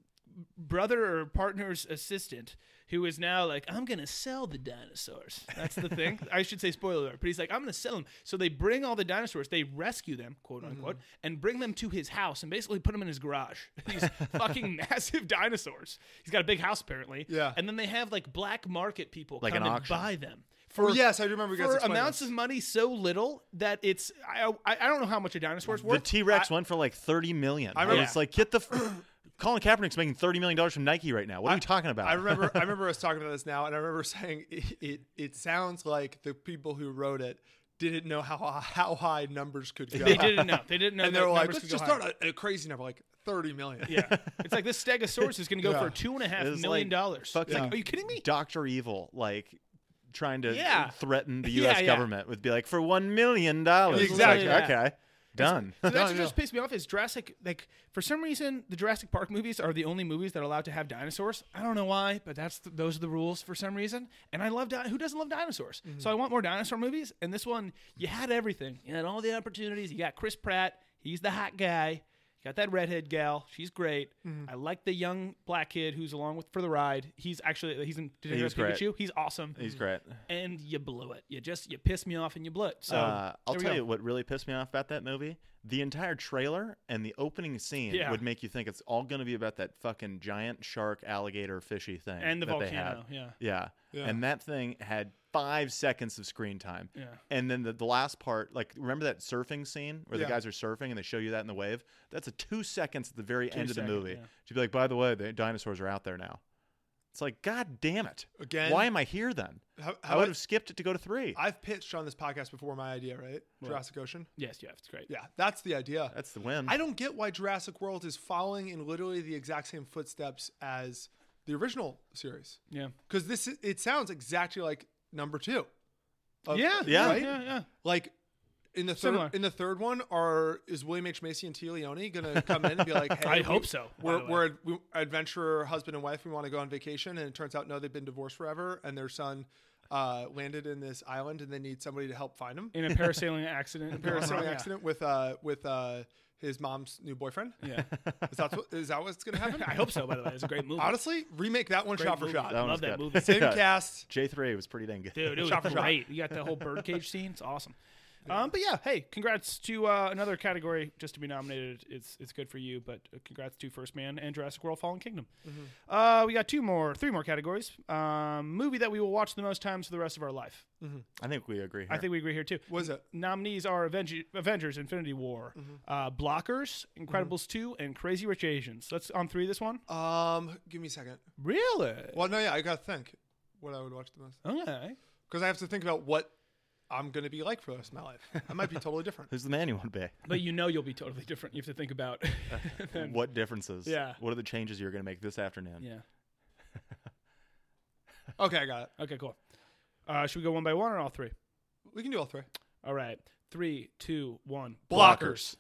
brother or partner's assistant who is now like, I'm gonna sell the dinosaurs. That's the thing.
[laughs]
I should say spoiler alert, but he's like, I'm gonna sell them. So they bring all the dinosaurs, they rescue them, quote
Mm-hmm.
unquote, and bring them to his house and basically put them in his garage. [laughs]
[laughs]
These fucking massive dinosaurs. He's got a big house apparently.
Yeah.
And then they have like black market people
Like
come
an
and
auction.
buy them. For,
yes, I remember you guys
for
explaining
amounts
this.
of money so little that it's I, I I don't know how much a dinosaur's
the
worth.
T Rex went for like thirty million. I
remember-
it's like get the. F-
[coughs]
Colin Kaepernick's making thirty million dollars from Nike right now. What are you talking about?
[laughs] I remember. I remember us talking about this now, and I remember saying it. It, it sounds like the people who wrote it didn't know how how high numbers could go.
They didn't know. They didn't know.
And
that
they were like,
numbers
let's
could go
just
higher."
start a, a crazy number, like thirty million.
Yeah, it's like this Stegosaurus is going to go
Yeah.
for two and a half
It was
million
like
dollars.
fucking-
Like, are you kidding me?
Doctor Evil, like trying to
Yeah.
threaten
[laughs]
the
Yeah,
U.S.
yeah.
government would be like for one million dollars. It's
Exactly.
like,
Yeah.
Okay. Done. [laughs]
So that's what just pissed me off is Jurassic. Like for some reason, the Jurassic Park movies are the only movies that are allowed to have dinosaurs. I don't know why, but that's th- those are the rules for some reason. And I love di- who doesn't love dinosaurs. So I want more dinosaur movies. And this one, you had everything. You had all the opportunities. You got Chris Pratt. He's the hot guy. You got that redhead gal. She's great. I like the young black kid who's along with for the ride. He's actually he's in
He was
Detective
great.
Pikachu. He's awesome.
He's great.
and you blew it. You just you pissed me off and you blew it. So
uh, I'll
there we
tell
go.
you what really pissed me off about that movie. The entire trailer and the opening scene
Yeah.
would make you think it's all going to be about that fucking giant shark, alligator, fishy thing.
And the
that
volcano,
They had.
yeah.
yeah. And that thing had five seconds of screen time. Yeah. And then the, the last part, like, remember that surfing scene where
Yeah.
the guys are surfing and they show you that in the wave? That's a two seconds at the very end of the
second,
movie.
yeah.
To be like, by the way, the dinosaurs are out there now. It's like, God damn it.
Again-
Why am I here then?
How-
I
how
would
it-
have skipped it to go to three.
I've pitched on this podcast before my idea, right? Jurassic Ocean.
yes, you have. It's great.
Yeah, that's the idea.
That's the win.
I don't get why Jurassic World is following in literally the exact same footsteps as the original series.
Yeah.
Because this is, it sounds exactly like number two. Of-
Yeah,
yeah,
right?
yeah, yeah.
Like in the third
Similar.
in the third one, are is William H Macy and Tia Leone gonna come in and be
[laughs]
like, hey,
I hope so, by
We're
the way."
we're, ad- we adventurer husband and wife. We want to go on vacation, and it turns out no, they've been divorced forever, and their son uh, landed in this island, and they need somebody to help find him.
In a parasailing accident. in
Parasailing
Colorado.
accident with uh with uh his mom's new boyfriend.
Yeah. Yeah.
Is that what, is
[laughs]
that what's gonna happen?
I hope so. By the way, it's a great movie.
Honestly, remake that one shot
movie.
for shot.
That Love
one's
that
good.
movie.
Same
Yeah.
cast.
J three was pretty dang good.
Dude, it was
Shot for shot.
great. You got the whole birdcage scene. It's awesome. Um, but yeah, hey, congrats to uh, another category just to be nominated. It's it's good for you, but uh, congrats to First Man and Jurassic World: Fallen Kingdom. Uh, we got two more, three more categories. Um, movie that we will watch the most times for the rest of our life.
[laughs] I think we agree.
I think we agree here too.
What is it?
Nominees are Avenge- Avengers: Infinity War,
Mm-hmm.
uh, Blockers, Incredibles Two, and Crazy Rich Asians. That's on three. This
Uh,
one.
Um, give me a second.
really?
Well, no, yeah, I gotta think what I would watch the most
Okay.
because I have to think about what I'm gonna be like for the rest of my life. I might be totally
[laughs]
different.
Who's the man you want to
But you know you'll be totally different. You have to think
[laughs]
about. [laughs]
be? What differences?
Yeah.
What are the changes you're going to make this afternoon?
yeah.
Okay, I got it.
Okay. Cool. Uh, should we go one by one or all three?
We can do all three.
All right. Three, two, one.
Blockers.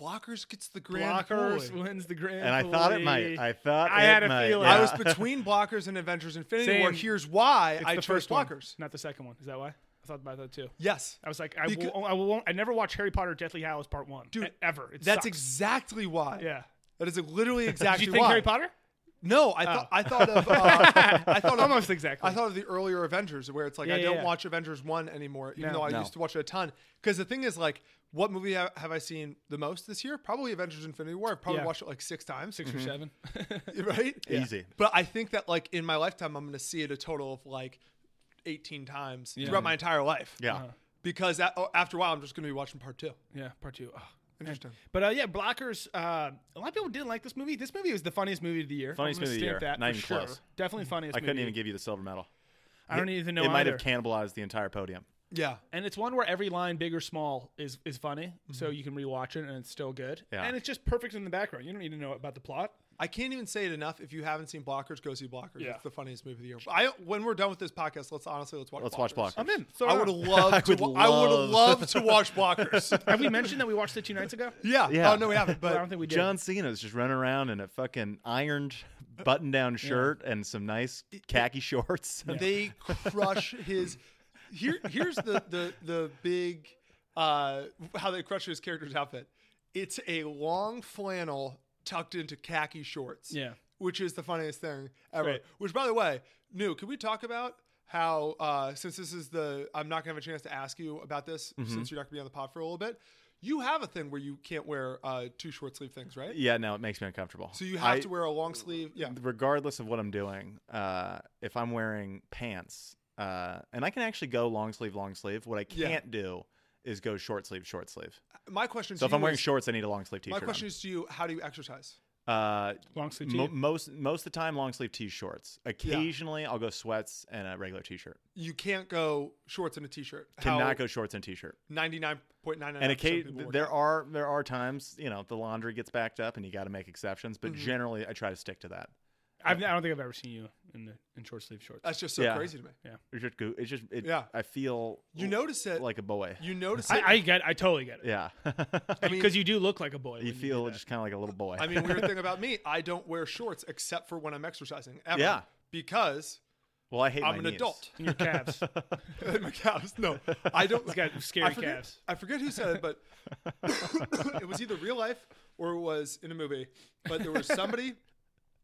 Blockers gets the grand
Blockers
Prix.
wins the grand.
And I thought it might.
Prix.
I thought
I
it
had a
might.
feeling.
Yeah.
I was between Blockers and Avengers Infinity War.
Same.
Here's why I
the
chose
first one,
Blockers.
not the second one. Is that why? I thought about that too.
Yes.
I was like, I,
Becau-
will, I will, won't, I never watch Harry Potter Deathly Hallows Part One,
Dude,
e- ever. It
That's
sucks.
exactly why.
yeah.
That is literally
[laughs] Did
exactly
you think
why.
Harry
[laughs]
Oh. Potter?
No, I thought I thought
[laughs]
of uh, [laughs] I thought of,
Almost exactly.
[laughs] I thought of the earlier Avengers, where it's like
Yeah,
I
yeah,
don't
yeah.
watch Avengers one anymore, even
No.
though I
No.
used to watch it a ton. Because the thing is, like, what movie have, have I seen the most this year? Probably Avengers: Infinity War. I've probably
Yeah.
watched it like six times,
6 or seven.
[laughs] right?
Mm-hmm. Easy.
But I think that like in my lifetime, I'm going to see it a total of like 18 times throughout my entire life.
Yeah.
Because a- oh, after a while, I'm just going to be watching part two.
yeah, Part Two. Oh.
Interesting.
But uh, yeah, Blockers. Uh, a lot of people didn't like this movie. This movie was the funniest movie of the year.
Funniest
I'm gonna
movie of the
stamp
year.
That
Not
for
even
sure.
close. Mm-hmm.
Definitely funniest.
I couldn't
movie.
even give you the silver medal.
I don't even know.
it might
either.
have cannibalized the entire podium.
Yeah.
And it's one where every line, big or small, is is funny, so you can rewatch it and it's still good.
Mm-hmm. Yeah.
And it's just perfect in the background. You don't need to know about the plot.
I can't even say it enough. If you haven't seen Blockers, go see Blockers.
Yeah.
It's the funniest movie of the year. I when we're done with this podcast, let's honestly let's watch.
Let's
Blockers.
watch Blockers.
I'm in. So
I
[laughs]
would love to.
would
wa- I would
love-
love to watch Blockers.
Have we mentioned that we watched it two nights
[laughs]
ago?
yeah.
Yeah.
Oh no, we haven't.
I
But
don't think we did.
John Cena's just running around in a fucking ironed button-down shirt and some nice khaki shorts.
they
[laughs]
crush his here here's the the the big uh how they crush his character's outfit it's a long flannel tucked into khaki shorts
Yeah.
which is the funniest thing ever
Right.
which by the way new can we talk about how uh since this is the i'm not gonna have a chance to ask you about this
Mm-hmm.
since you're not gonna be on the pod for a little bit you have a thing where you can't wear uh two short sleeve things right
yeah, no, it makes me uncomfortable.
so you have
I-
to wear a long sleeve yeah
regardless of what I'm doing, uh, if I'm wearing pants, uh, and I can actually go long sleeve, long sleeve. What I
Yeah.
can't do is go short sleeve, short sleeve.
my question to
So if I'm
you
wearing
is-
shorts, I need a long sleeve
my
t-shirt.
question is to you how do you exercise
on. uh,
Long sleeve
mo-
tee.
most most of the time, long sleeve t-shorts. Occasionally, I'll go sweats and a regular t-shirt.
you can't go shorts and a t-shirt.
Cannot go shorts and t-shirt.
ninety nine point nine nine.
And occasion, there are there are times you know the laundry gets backed up and you got to make exceptions, but
Mm-hmm.
generally I try to stick to that.
I've, I don't think I've ever seen you in the in short sleeve shorts.
Uh,
That's just so
Yeah.
crazy to me.
It's just goo- it's just it,
Yeah.
I feel
You notice it.
like a boy.
you notice
I,
it.
I get. I totally get it.
[laughs]
yeah,
mean-
Because you do look like a boy.
you
when do
feel
that.
just kind of like a little boy.
I mean, weird thing about me, I don't wear shorts except for when I'm exercising. Ever,
Yeah.
Because
well, I hate.
I'm
my
an
knees.
adult. [laughs]
in your calves.
My calves. No, I don't.
[laughs]
He's got scary
I forget,
calves.
I forget who said it, but it was either real life or it was in a movie. But there was somebody.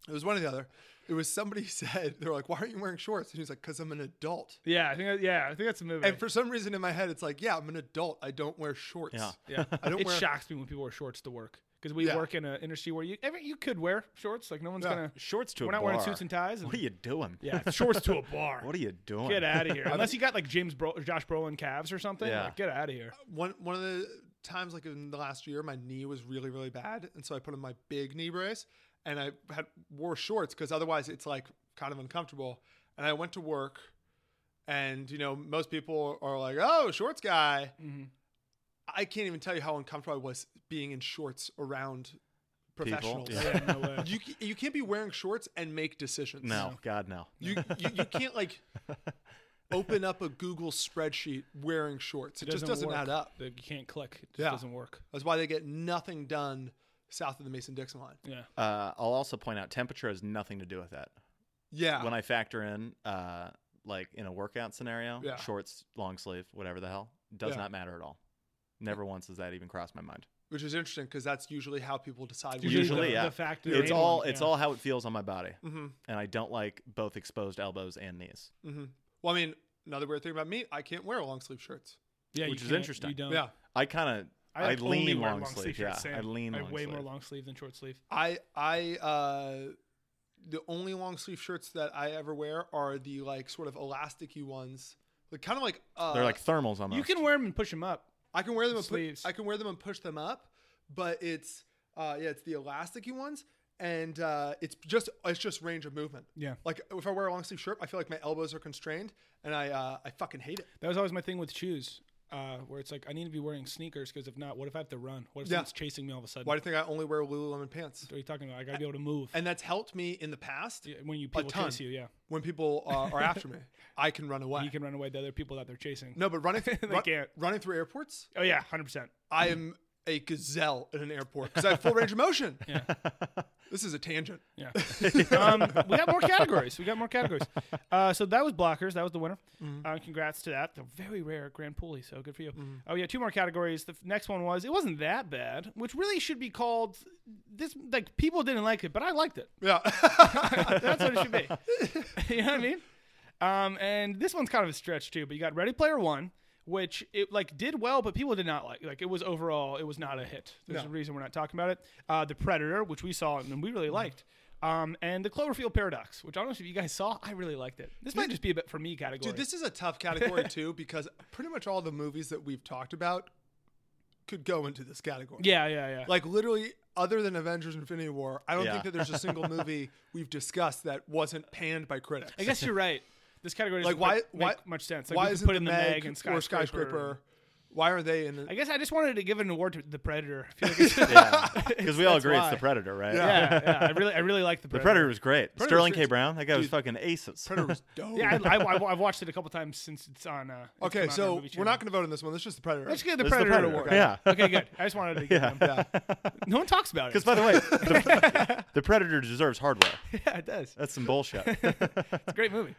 It was one or the other. It was somebody [laughs] said they were like, "Why aren't you wearing shorts?" And he was like, "Cause I'm an adult."
yeah, I think. That, yeah, I think that's a movie.
And for some reason in my head, it's like, yeah, I'm an adult. I don't wear shorts.
Yeah.
yeah,
[laughs] I don't
it
wear-
shocks me when people wear shorts to work because we
Yeah.
work in an industry where you every, you could wear shorts. Like no one's
Yeah.
gonna.
Shorts to
We're
a
not
bar.
wearing suits and ties. and-
What are you doing?
[laughs] Yeah, shorts to a bar.
What are you doing?
Get out of
[laughs]
here. Unless you got like James Bro- Josh Brolin calves or something.
Yeah.
Like, get out of
[laughs]
here.
One one of the times, like in the last year, my knee was really really bad, and so I put on my big knee brace, and I had wore shorts because otherwise it's like kind of uncomfortable. And I went to work, and you know most people are like, "Oh, shorts guy." I can't even tell you how uncomfortable I was being in shorts around professionals.
Yeah.
Yeah, no way.
You you can't be wearing shorts and make decisions.
No,
[laughs]
God, no.
You, you, you can't
[laughs]
like open up a Google spreadsheet wearing shorts. It, just doesn't
work.
add up.
The- You can't click. It just
Yeah.
doesn't work.
That's why they get nothing done south of the Mason Dixon line.
Yeah.
Uh, I'll also point out temperature has nothing to do with that.
Yeah.
When I factor in, uh, like in a workout scenario,
Yeah.
shorts, long sleeve, whatever the hell, does
Yeah.
not matter at all. Never once has that even crossed my mind.
Which is interesting because that's usually how people decide. what to
Usually
Usually,
the-
do. Mm-hmm,
yeah.
the factor
it's
in
all
one,
it's
yeah.
all how it feels on my body, and I don't like both exposed elbows and knees.
Well, I mean, another weird thing about me, I can't wear long sleeve shirts.
Yeah,
which
you
is
can't-
interesting.
You don't.
Yeah.
I kind of I,
like, only
lean
wear
long sleeve. Yeah,
shirts, Sam.
I lean
I
long
have way
sleeve.
more long sleeve than short sleeve.
I I uh the only long sleeve shirts that I ever wear are the like sort of elasticy ones. Like kind of like uh,
They're like thermals almost.
You can wear them and push them up.
I can wear them and put,
sleeves.
I can wear them and push them up, but it's uh yeah, it's the elasticy ones and uh it's just it's just range of movement.
Yeah.
Like if I wear a long sleeve shirt, I feel like my elbows are constrained and I uh I fucking hate it.
That was always my thing with shoes, uh, where it's like I need to be wearing sneakers because if not, what if I have to run? What if
Yeah.
someone's chasing me all of a sudden?
Why do you think I only wear Lululemon pants?
what are you talking about? I gotta be able to move.
And that's helped me in the past
Yeah, when you
a
people
ton.
chase you, yeah,
when people uh, are, are
[laughs]
after me. I can run away.
you can run away. The other people that they're chasing.
no, but running
[laughs] They
run-
can't.
running through airports,
Oh yeah, hundred percent.
I am a gazelle at an airport because I have full range of motion.
Yeah.
[laughs] This is a tangent. [laughs]
Yeah. um, we got more categories. We got more categories. Uh, so that was blockers. That was the winner.
Mm-hmm.
Uh, congrats to that. They're very rare grand pulley. So good for you. Oh yeah, two more categories. The f- next one was it wasn't that bad, which really should be called this. Like people didn't like it, but I liked it.
Yeah.
[laughs] That's what it should
[laughs]
be. you know what I mean? Um, and this one's kind of a stretch too. But you got Ready Player One, which it like did well, but people did not like. Like it was overall, it was not a hit. There's a reason we're not talking about it. Uh, the Predator, which we saw and we
Mm-hmm.
really liked. Um, and the Cloverfield Paradox, which I don't know if you guys saw. I really liked it. This might just be a bit for me category.
Dude, this is a tough category too because pretty much all the movies that we've talked about could go into this category.
yeah, yeah, yeah.
Like literally, other than Avengers: Infinity War, I don't
Yeah.
think that there's a
[laughs]
single movie we've discussed that wasn't panned by critics.
I guess you're right. This category doesn't
like why?
make
Why
much sense. Like
why
we could
isn't
put in the Meg, and
or
skyscraper?
skyscraper? Why are they in? The,
I guess I just wanted to give an award to the Predator. I feel like
[laughs]
it's- [laughs]
because we all agree
why.
it's the Predator, right?
yeah, yeah. I really, I really like the
The
Predator.
Predator was great. Sterling
was
K.
great.
Brown, that guy was fucking aces.
Predator
[laughs]
was dope.
[laughs] Yeah, I, I, I've watched it a couple times since it's on. Uh, it's come
okay,
out on
so
Movie
we're
Channel.
not going to vote on this one. Let's just the Predator.
Let's get the
This is the
Predator,
Predator,
award.
yeah.
Okay, good. I just wanted to. Give yeah. Them. uh, No one talks
[laughs]
about it.
Because by the way, the, [laughs] the Predator deserves hardware.
[laughs] yeah, it does.
That's
[laughs]
some bullshit.
It's a great movie.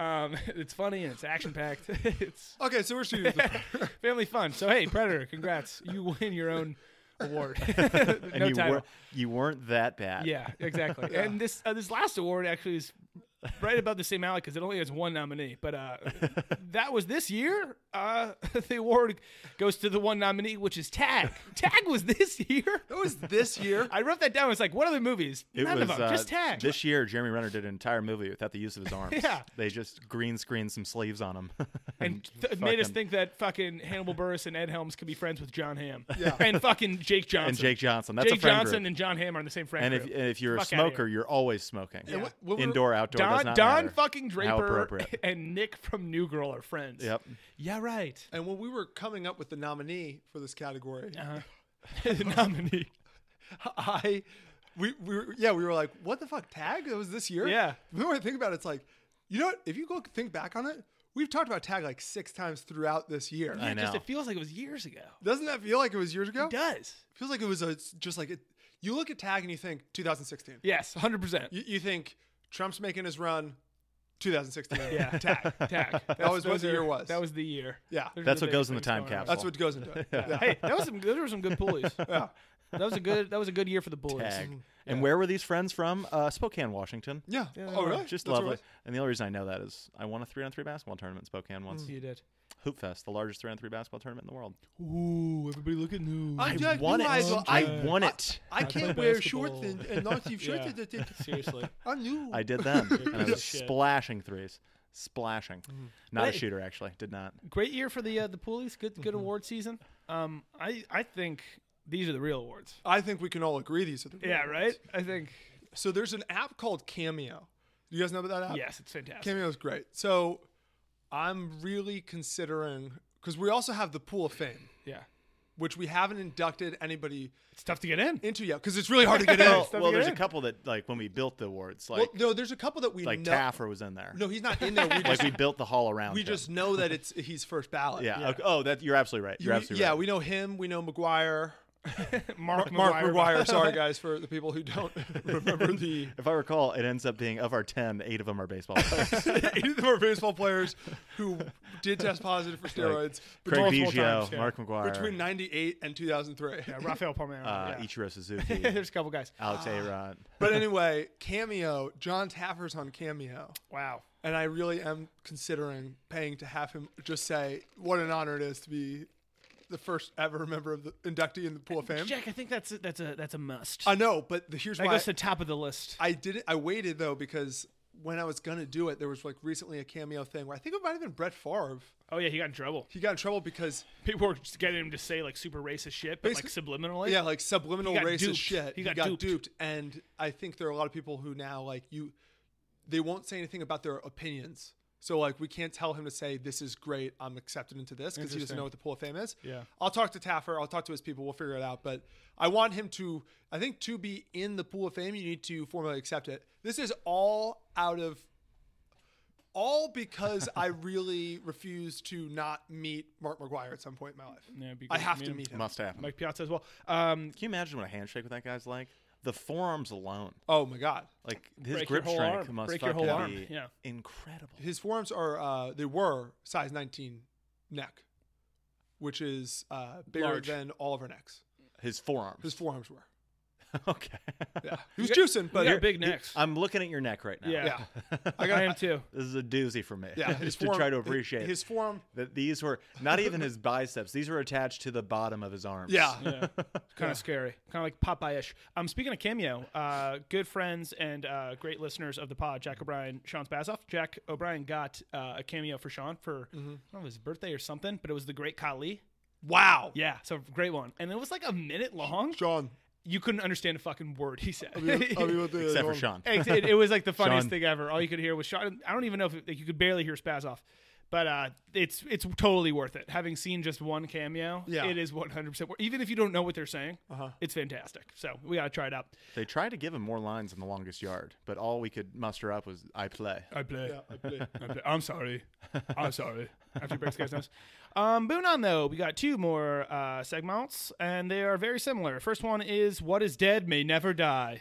Um, [laughs] it's funny and it's action packed. [laughs]
[laughs]
it's
okay, so we're
[laughs]
shooting the Predator.
family fun. So hey, Predator, congrats! You win your own
[laughs]
award. [laughs]
and
no
you,
title.
were, you weren't that bad.
yeah, exactly. And this uh, this last award actually is right about the same alley because it only has one nominee. But
[laughs]
uh, that was this year. Uh, [laughs] the award goes to the one nominee, which is Tag. Tag was this year.
That was this year.
I wrote that down. It's like, what other movies?
It
None
was
of them.
uh,
just Tag.
This year, Jeremy Renner did an entire movie without the use of his arms.
[laughs] Yeah.
they just green screened some sleeves on him. [laughs]
and th- made us
fucking-
think that fucking Hannibal Burris and Ed Helms could be friends with John Hamm. Yeah. And fucking Jake Johnson.
and Jake Johnson. That's
Jake
a friend
Johnson
group.
and John Hamm are in the same friend
And if,
group.
and if you're a
Fuck outta here.
smoker, you're always smoking.
what- what were-
Indoor, outdoor, does
Don
not
Don
matter.
fucking
How
Draper
appropriate.
[laughs] and Nick from New Girl are friends.
Yep.
Yeah, right.
And when we were coming up with the nominee for this category,
Uh-huh. [laughs] the nominee.
I, we, we were, yeah, we were like, what the fuck, tag? It was this year?
Yeah.
The more I think about it, it's like, you know what? If you go think back on it, we've talked about tag like six times throughout this year.
[laughs] I know.
Just it feels like it was years ago.
Doesn't that feel like it was years ago?
It does.
feels like it was a, it's just like, it, you look at tag and you think 2016.
Yes, hundred percent.
You, you think Trump's making his run 2016. [laughs]
Yeah, tag, tag. [laughs] That
was what the year was.
That was the year.
Yeah.
There's
That's
no
what goes in the
things
time
going on.
capsule.
That's what goes into
[laughs]
it. Yeah.
Hey, that was some. Those were some good [laughs] pulleys.
Yeah.
That was a good. That was a good year for the bullies.
Tag. And where were these friends from? Uh, Spokane, Washington.
Yeah.
Yeah,
oh, really?
Just
That's what it
lovely.
was?
And the only reason I know that is I won a three on three basketball tournament in Spokane once.
You did.
Hoop Fest, the largest three on three basketball tournament in the world.
Ooh, everybody look at new.
I, I
won it. I won
I-
it.
I, can't
play
wear
basketball.
shorts and, and long
[laughs]
sleeve shirts. at the-
Seriously.
I knew.
I did
[laughs]
them. and I was
shit. Mm-hmm.
splashing threes. Splashing. Not a
Hey.
shooter, actually. Did not.
Great year for the uh, the pulleys. Good good award season. Um, I I think these are the real awards.
I think we can all agree these are the real
Yeah,
ones.
right. I think
So there's an app called Cameo. You guys know about that app?
yes, it's fantastic.
Cameo is great. So I'm really considering because we also have the Pool of Fame,
yeah,
which we haven't inducted anybody
it's tough to get in.
into yet because it's really hard to
[laughs]
get in.
Well,
stuff
Oh, well,
you
there's
did.
a couple that, like, when we built the awards,
Well,
like,
no, there's a couple that we
like
know.
Taffer was in there.
No, he's not in there. We
[laughs] like,
just,
we built the hall around
we
him.
just know that it's he's first ballot.
Yeah. okay. Oh, that you're absolutely right. You're
We-
absolutely
yeah,
right.
we know him. We know McGuire.
Mark
Mark
McGuire. [laughs]
McGuire.
[laughs]
Sorry, guys, for the people who don't [laughs] remember the [laughs]
If I recall, it ends up being of our ten, eight of them
[laughs]
are baseball players.
eight of them are baseball players who did test positive for steroids
Craig
between,
Biggio,
times, yeah.
Mark McGuire,
between 98 and 2003. [laughs]
Yeah, Rafael Palmeiro.
uh,
yeah.
Ichiro Suzuki,
[laughs] There's a couple Ah. guys.
Alex Arod.
But anyway, Cameo, John Taffer's on Cameo.
Wow.
and I really am considering paying to have him just say what an honor it is to be the first ever member of the inductee in the Pool of Fame.
Jack, I think that's a, that's a that's a must.
I know, but the, here's
that
why
goes to top of the list.
I didn't. I waited though because when I was gonna do it, there was like recently a cameo thing where I think it might have been Brett Favre.
oh yeah, he got in trouble.
He got in trouble because
People were just getting him to say like super racist shit, but like
Basically-
subliminally.
yeah, like subliminal
He got
racist
duped.
shit.
He got duped.
and I think there are a lot of people who now like you. They won't say anything about their opinions. So like we can't tell him to say this is great. I'm accepted into this because he doesn't
Interesting.
know what the pool of fame is.
Yeah.
I'll talk to Taffer. I'll talk to his people. We'll figure it out. But I want him to. I think to be in the pool of fame, you need to formally accept it. This is all out of all
[laughs]
because I really refuse to not meet Mark McGuire at some point in my life.
Yeah, it'd be
I
great to
have
meet
to
him.
meet him.
Must happen.
Mike Piazza as well. Um,
Can you imagine what a handshake with that guy's like? The forearms alone,
Oh my god.
like his
Break your
grip
whole
strength
arm.
must
Break your
fucking
whole arm.
be
Yeah.
incredible.
his forearms are uh they were size 19 neck which is uh bigger
Large.
than all of our necks
His forearms.
his forearms were
[laughs] okay.
yeah
[laughs]
he was juicing but
but you're big necks.
I'm looking at your neck right now.
yeah,
yeah
[laughs] I,
got-
am too.
This is a doozy for me. [laughs]
yeah
just to
forearm-
try to
his-
appreciate
his forearm
that these were not even his [laughs] biceps; these were attached to the bottom of his arms.
yeah,
Kind of scary. Kind of like Popeye-ish. Um, speaking of cameo, uh, good friends and uh, great listeners of the pod, Jack O'Brien, Sean Spazoff. Jack O'Brien got uh, a cameo for Sean for I don't know if it was his birthday or something, but it was the Great Khali.
wow
Yeah, so great one, and it was like a minute long.
john
You couldn't understand a fucking word he said. [laughs]
except for Sean.
it, it- it was like the funniest
Sean.
thing ever. All you could hear was Sean. I don't even know if it, like, you could barely hear Spaz off, but uh, it's it's totally worth it. Having seen just one cameo,
Yeah.
it is one hundred percent. Even if you don't know what they're saying, it's fantastic. So we gotta try it out.
They tried to give him more lines in the longest yard, but all we could muster up was "I play."
I play. I play. [laughs] I play. I'm sorry. I'm sorry. After he breaks guys' nose. Um, moving on though, we got two more uh, segments, and they are very similar. First one is "What is dead may never die."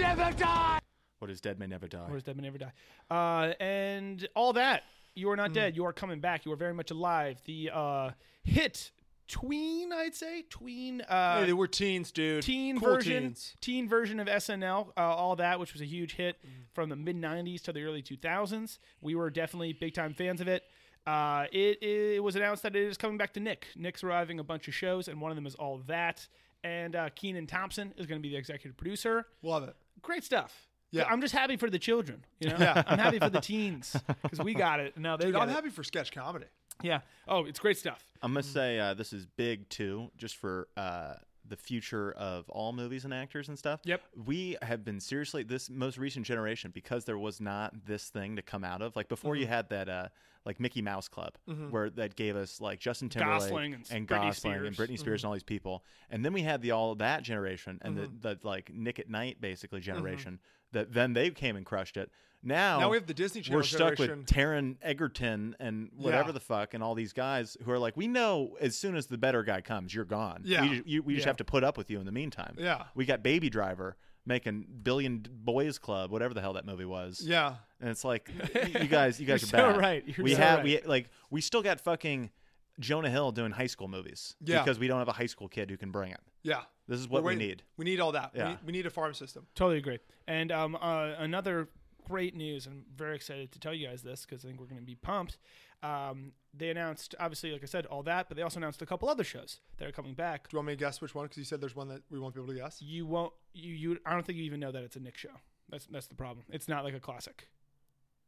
What is dead may never die.
Or is dead may never die. Uh, and all that. You are
Hmm.
not dead. You are coming back. You are very much alive. The uh, hit tween, I'd say tween. Uh,
hey, they were teens dude
Teen
Cool
version,
teens. Hmm.
teen version of SNL, uh, all that, which was a huge hit from the mid '90s to the early 2000s. We were definitely big time fans of it. Uh, it. It was announced that it is coming back to Nick. Nick's arriving a bunch of shows, and one of them is all that. And uh, Keenan Thompson is going to be the executive producer
love it
great stuff.
Yeah.
I'm just happy for the children. You know, I'm happy for the teens because we got it. and Now they
dude
got
i'm
it.
happy for sketch comedy
Yeah. Oh, it's great stuff.
I'm gonna say uh, this is big too, just for uh, the future of all movies and actors and stuff.
Yep.
we have been seriously this most recent generation because there was not this thing to come out of. Like before, you had that uh, like Mickey Mouse Club, where that gave us like Justin Timberlake
Gosling and Britney
Gosling and
Spears.
Britney Spears and all these people, and then we had the all that generation and the, the like Nick at Night basically generation. That then they came and crushed it. Now,
Now we have the Disney Channel
We're stuck
generation.
with Taron Egerton and whatever
Yeah.
the fuck and all these guys who are like, we know as soon as the better guy comes, you're gone.
Yeah.
We, ju- you, we just have to put up with you in the meantime.
Yeah.
We got Baby Driver making Billion Boys Club, whatever the hell that movie was.
yeah
And it's like, [laughs] you guys, you guys
You're so
are bad.
right. You're
we
so
have,
right.
we like, we still got fucking Jonah Hill doing high school movies.
Yeah.
Because we don't have a high school kid who can bring it.
yeah
This is what
We're
we
waiting.
need.
we need all that we,
Yeah.
need, we need a farm system
Totally agree. And um, uh, another great news. I'm very excited to tell you guys this because I think we're going to be pumped. Um, they announced, obviously, like I said, all that, but they also announced a couple other shows that are coming back.
do you want me to guess which one because you said there's one that we won't be able to guess
You won't. You. You. I don't think you even know that it's a Nick show. That's that's the problem. It's not like a classic.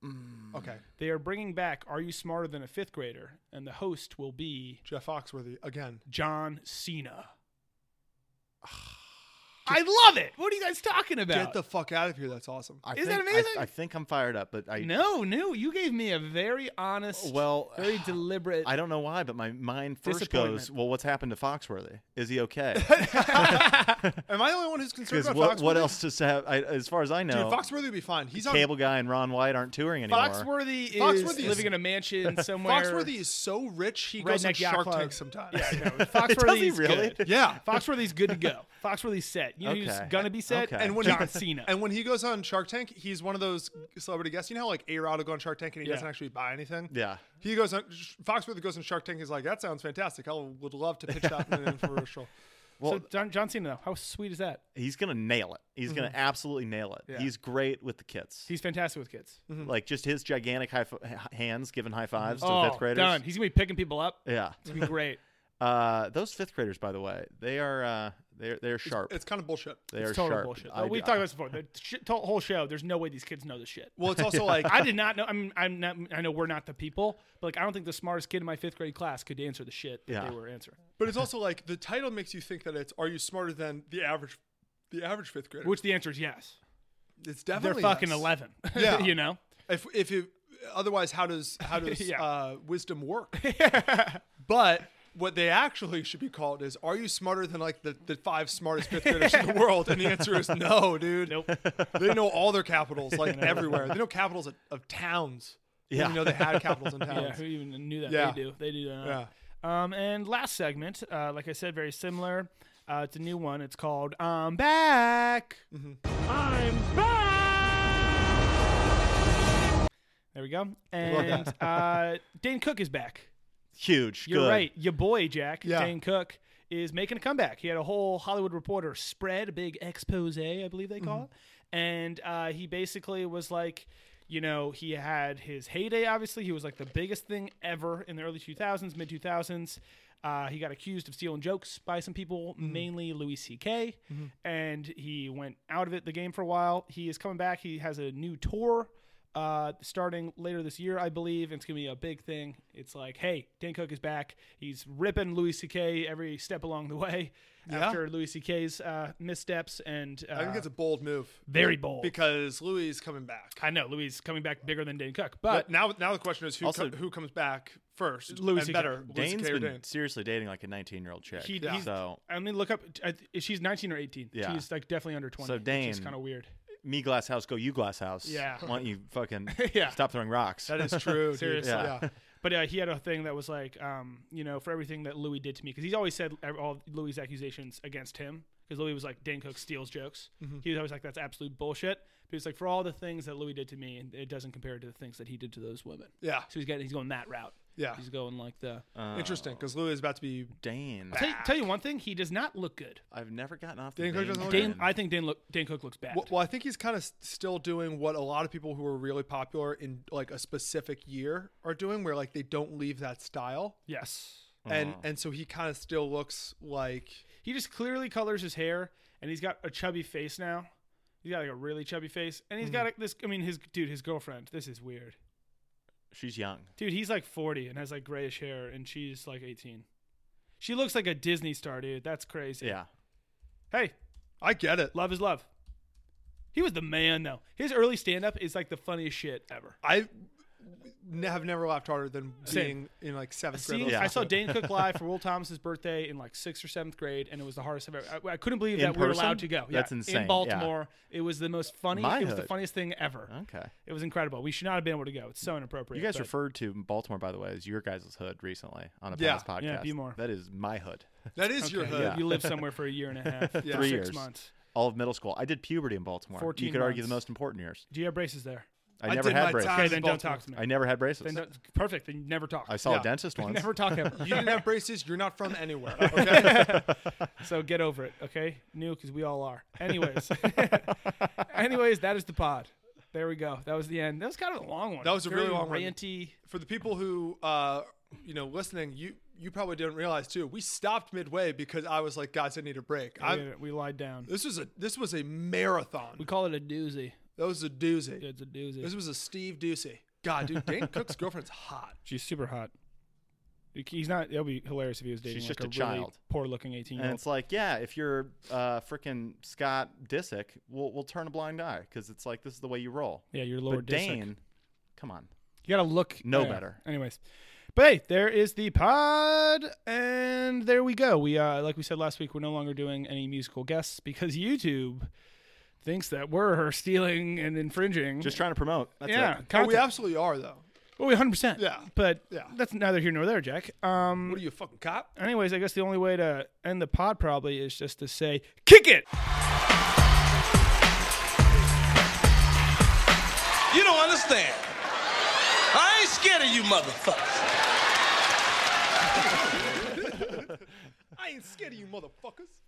Mm.
okay
They are bringing back "Are You Smarter Than a Fifth Grader?" and the host will be
jeff foxworthy again
John Cena. I love it. What are you guys talking
get
about?
the fuck out of here that's awesome
I
Is that
think- I-
amazing?
I, think I'm fired up, but I,
no, no. You gave me a very honest,
well, [sighs]
very deliberate.
I don't know why, but my mind first goes,
Disappointment.
well, what's happened to Foxworthy? Is he okay?
[laughs]
am i the only one who's concerned
Because
about
what, what
Foxworthy?
else does have? I, as far as I know,
Dude, Foxworthy would be fine. He's on
Cable Guy and Ron White aren't touring anymore.
Foxworthy is
Foxworthy is-
living in a
[laughs]
mansion somewhere.
Foxworthy is so rich he goes on
Redneck Yacht
Shark
Club.
Tank sometimes.
Yeah,
[laughs]
I know.
Does
Foxworthy
he
is
really?
good.
[laughs]
Yeah.
Foxworthy's good to go. [laughs] Foxworthy's set. You know who's
Okay.
gonna be set?
Okay. And
when
John
he,
Cena.
And when he goes on Shark Tank, he's one of those celebrity guests. You know how like A Rod will go on Shark Tank and he
Yeah.
doesn't actually buy anything.
Yeah.
He
[laughs]
goes on. Foxworthy goes on Shark Tank. He's like, that sounds fantastic. I would love to pitch that in an infomercial.
Well-
so John, John Cena, though, how sweet is that?
He's gonna nail it. He's gonna absolutely nail it. He's great with the kids.
Mm-hmm. He's fantastic with kids.
Like just his gigantic high f- hands giving high fives
oh,
to fifth graders.
done. He's gonna be picking people up.
Yeah.
It's gonna be
[laughs]
great.
Uh, those fifth graders, by the way, they are uh, they're they're sharp.
It's kind of bullshit.
they are
It's total
sharp.
bullshit.
I-
We've talked about this before. The sh- to- whole show, there's no way these kids know this shit.
Well, it's
[laughs]
also like
I did not know. I'm, I'm not. I know we're not the people, but like, I don't think the smartest kid in my fifth grade class could answer the shit that
Yeah.
they were answering.
But it's also like the title makes you think that it's "Are you smarter than the average, the average fifth grader?"
Which the answer is yes.
it's
They're
definitely
fucking
yes.
eleven. [laughs]
Yeah.
you know.
If if you, otherwise, how does how
[laughs]
does
Yeah.
uh, wisdom
[laughs]
work? but what they actually should be called is "Are you smarter than like the, the five smartest fifth
[laughs]
graders in the world?" And the answer is no, dude.
Nope.
[laughs] They know all their capitals
[laughs]
like everywhere. They know capitals of, of towns.
Yeah.
You know they had capitals
[laughs]
in
Yeah.
towns.
Who even knew that?
Yeah.
They do. They do that.
Yeah.
Um, and last segment, uh, like I said, very similar. Uh, it's a new one. It's called "I'm Back."
Mm-hmm.
I'm back. There we go. And uh, Dane Cook is back.
Huge.
You're
good.
right. Your boy Jack
Yeah.
Dane Cook is making a comeback. He had a whole Hollywood Reporter spread, a big expose, I believe they call it, and uh, he basically was like, you know, he had his heyday. Obviously, he was like the biggest thing ever in the early 2000s, mid 2000s. Uh, he got accused of stealing jokes by some people, mainly Louis C.K., and he went out of it the game for a while. He is coming back. He has a new tour uh, starting later this year, I believe. and It's gonna be a big thing. It's like, hey, Dan Cook is back. He's ripping Louis C.K. every step along the way after Louis C.K.'s uh, missteps, and uh,
I think it's a bold move
very bold.
because Louis is coming back.
I know Louis is coming back bigger than Dan Cook,
But
but
now, now the question is who
Also-
co- who comes back first?
Louis
and
C.K.
better, Louis
Dane's
C.K. or
been
Dane?
seriously dating like a 19 year old chick.
he, he's.
so
I mean, look up. I th- she's 19 or 18.
Yeah.
She's like definitely under 20.
So
which is
Dane-
kind of weird.
me glass house, go you glass house.
Yeah.
Why don't you fucking
[laughs] Yeah.
stop throwing rocks?
That is true.
[laughs]
dude.
Seriously.
Yeah.
But uh, he had a thing that was like, um, you know, for everything that Louis did to me, because he's always said ev- all Louis' accusations against him, because Louis was like, Dan Cook steals jokes. He was always like, that's absolute bullshit. But he's like, for all the things that Louis did to me, it doesn't compare to the things that he did to those women. [laughs]
Yeah.
So he's getting, he's going that route.
Yeah.
He's going like the.
Interesting because Louis is about to be.
Dane.
tell, tell you one thing, he does not look good.
I've never gotten off the
Dane Cook doesn't look
Dane, I think Dane, look, Dane Cook looks bad.
Well, well, I think he's kind of still doing what a lot of people who are really popular in like a specific year are doing, where like they don't leave that style,
yes.
and and so he kind of still looks like
He just clearly colors his hair, and he's got a chubby face now. He's got like a really chubby face, and he's got a, this. I mean, his dude, his girlfriend. This is weird,
She's young.
dude. He's like forty and has like grayish hair, and she's like eighteen. She looks like a Disney star, dude. That's crazy.
Yeah.
Hey,
I get it.
love is love. He was the man though. His early stand up is like the funniest shit ever.
I n- have never laughed harder than
Same.
being in like seventh grade.
See,
Yeah.
I saw Dane
[laughs]
Cook live for Will Thomas's birthday in like sixth or seventh grade, and it was the hardest I've ever. I, I couldn't believe
In
that we were
person?
allowed to go.
That's
Yeah,
insane,
In
yeah.
Baltimore, it was the most funny.
My
it was the
hood.
funniest thing ever.
Okay.
It was incredible. We should not have been able to go. It's so inappropriate.
You guys
but-
referred to Baltimore, by the way, as your guys' hood recently on a
Yeah.
past podcast.
Yeah, Bmore.
That is my hood.
That is your hood.
You live somewhere for a year
[laughs]
and a half,
Yeah.
six
Three years.
months.
All of middle school. I did puberty in Baltimore.
14
you could argue the
months.
most important years.
Do you have braces there?
I,
I
never
did my
had braces.
time
Okay,
in
then don't
Baltimore.
talk to me.
I never had braces.
Then don't- perfect. Then you never talk.
I saw
Yeah.
[laughs]
a dentist once.
never talk
[laughs]
ever.
You didn't have braces. You're not from anywhere. Okay.
so get over it, okay? New, because we all are. Anyways, [laughs]
[laughs]
anyways, that is the pod. There we go. That was the end. That was kind of a long one.
That was a
Very
really long one.
ranty.
for the people who uh you know listening you you probably didn't realize too we stopped midway because i was like guys i need a break
We,
i
we lied down.
this was a this was a marathon
We call it a doozy.
that was a doozy
It's a doozy.
this was a steve doocy god
[laughs]
dude dan cook's girlfriend's hot
She's super hot. He's not. It'll be hilarious if he was dating
She's
like
just a
really
child.
poor-looking eighteen-year-old.
[laughs] And it's like, yeah, if you're uh, freaking Scott Disick, we'll, we'll turn a blind eye because it's like this is the way you roll.
Yeah, you're
But
Lord Disick.
Dane, come on.
You gotta look
Know
yeah.
better.
Anyways, but hey, there is the pod, and there we go. We uh, like we said last week, we're no longer doing any musical guests because YouTube thinks that we're [laughs] stealing and infringing.
Just trying to promote. That's
yeah,
it.
oh, we
content.
absolutely are though
Well, we 100. percent
Yeah.
but
Yeah.
that's neither here nor there, Jack. Um.
what are you a fucking cop
Anyways, I guess the only way to end the pod probably is just to say, kick it.
You don't understand. I ain't
[laughs]
scared of you motherfuckers. I
ain't scared of you motherfuckers.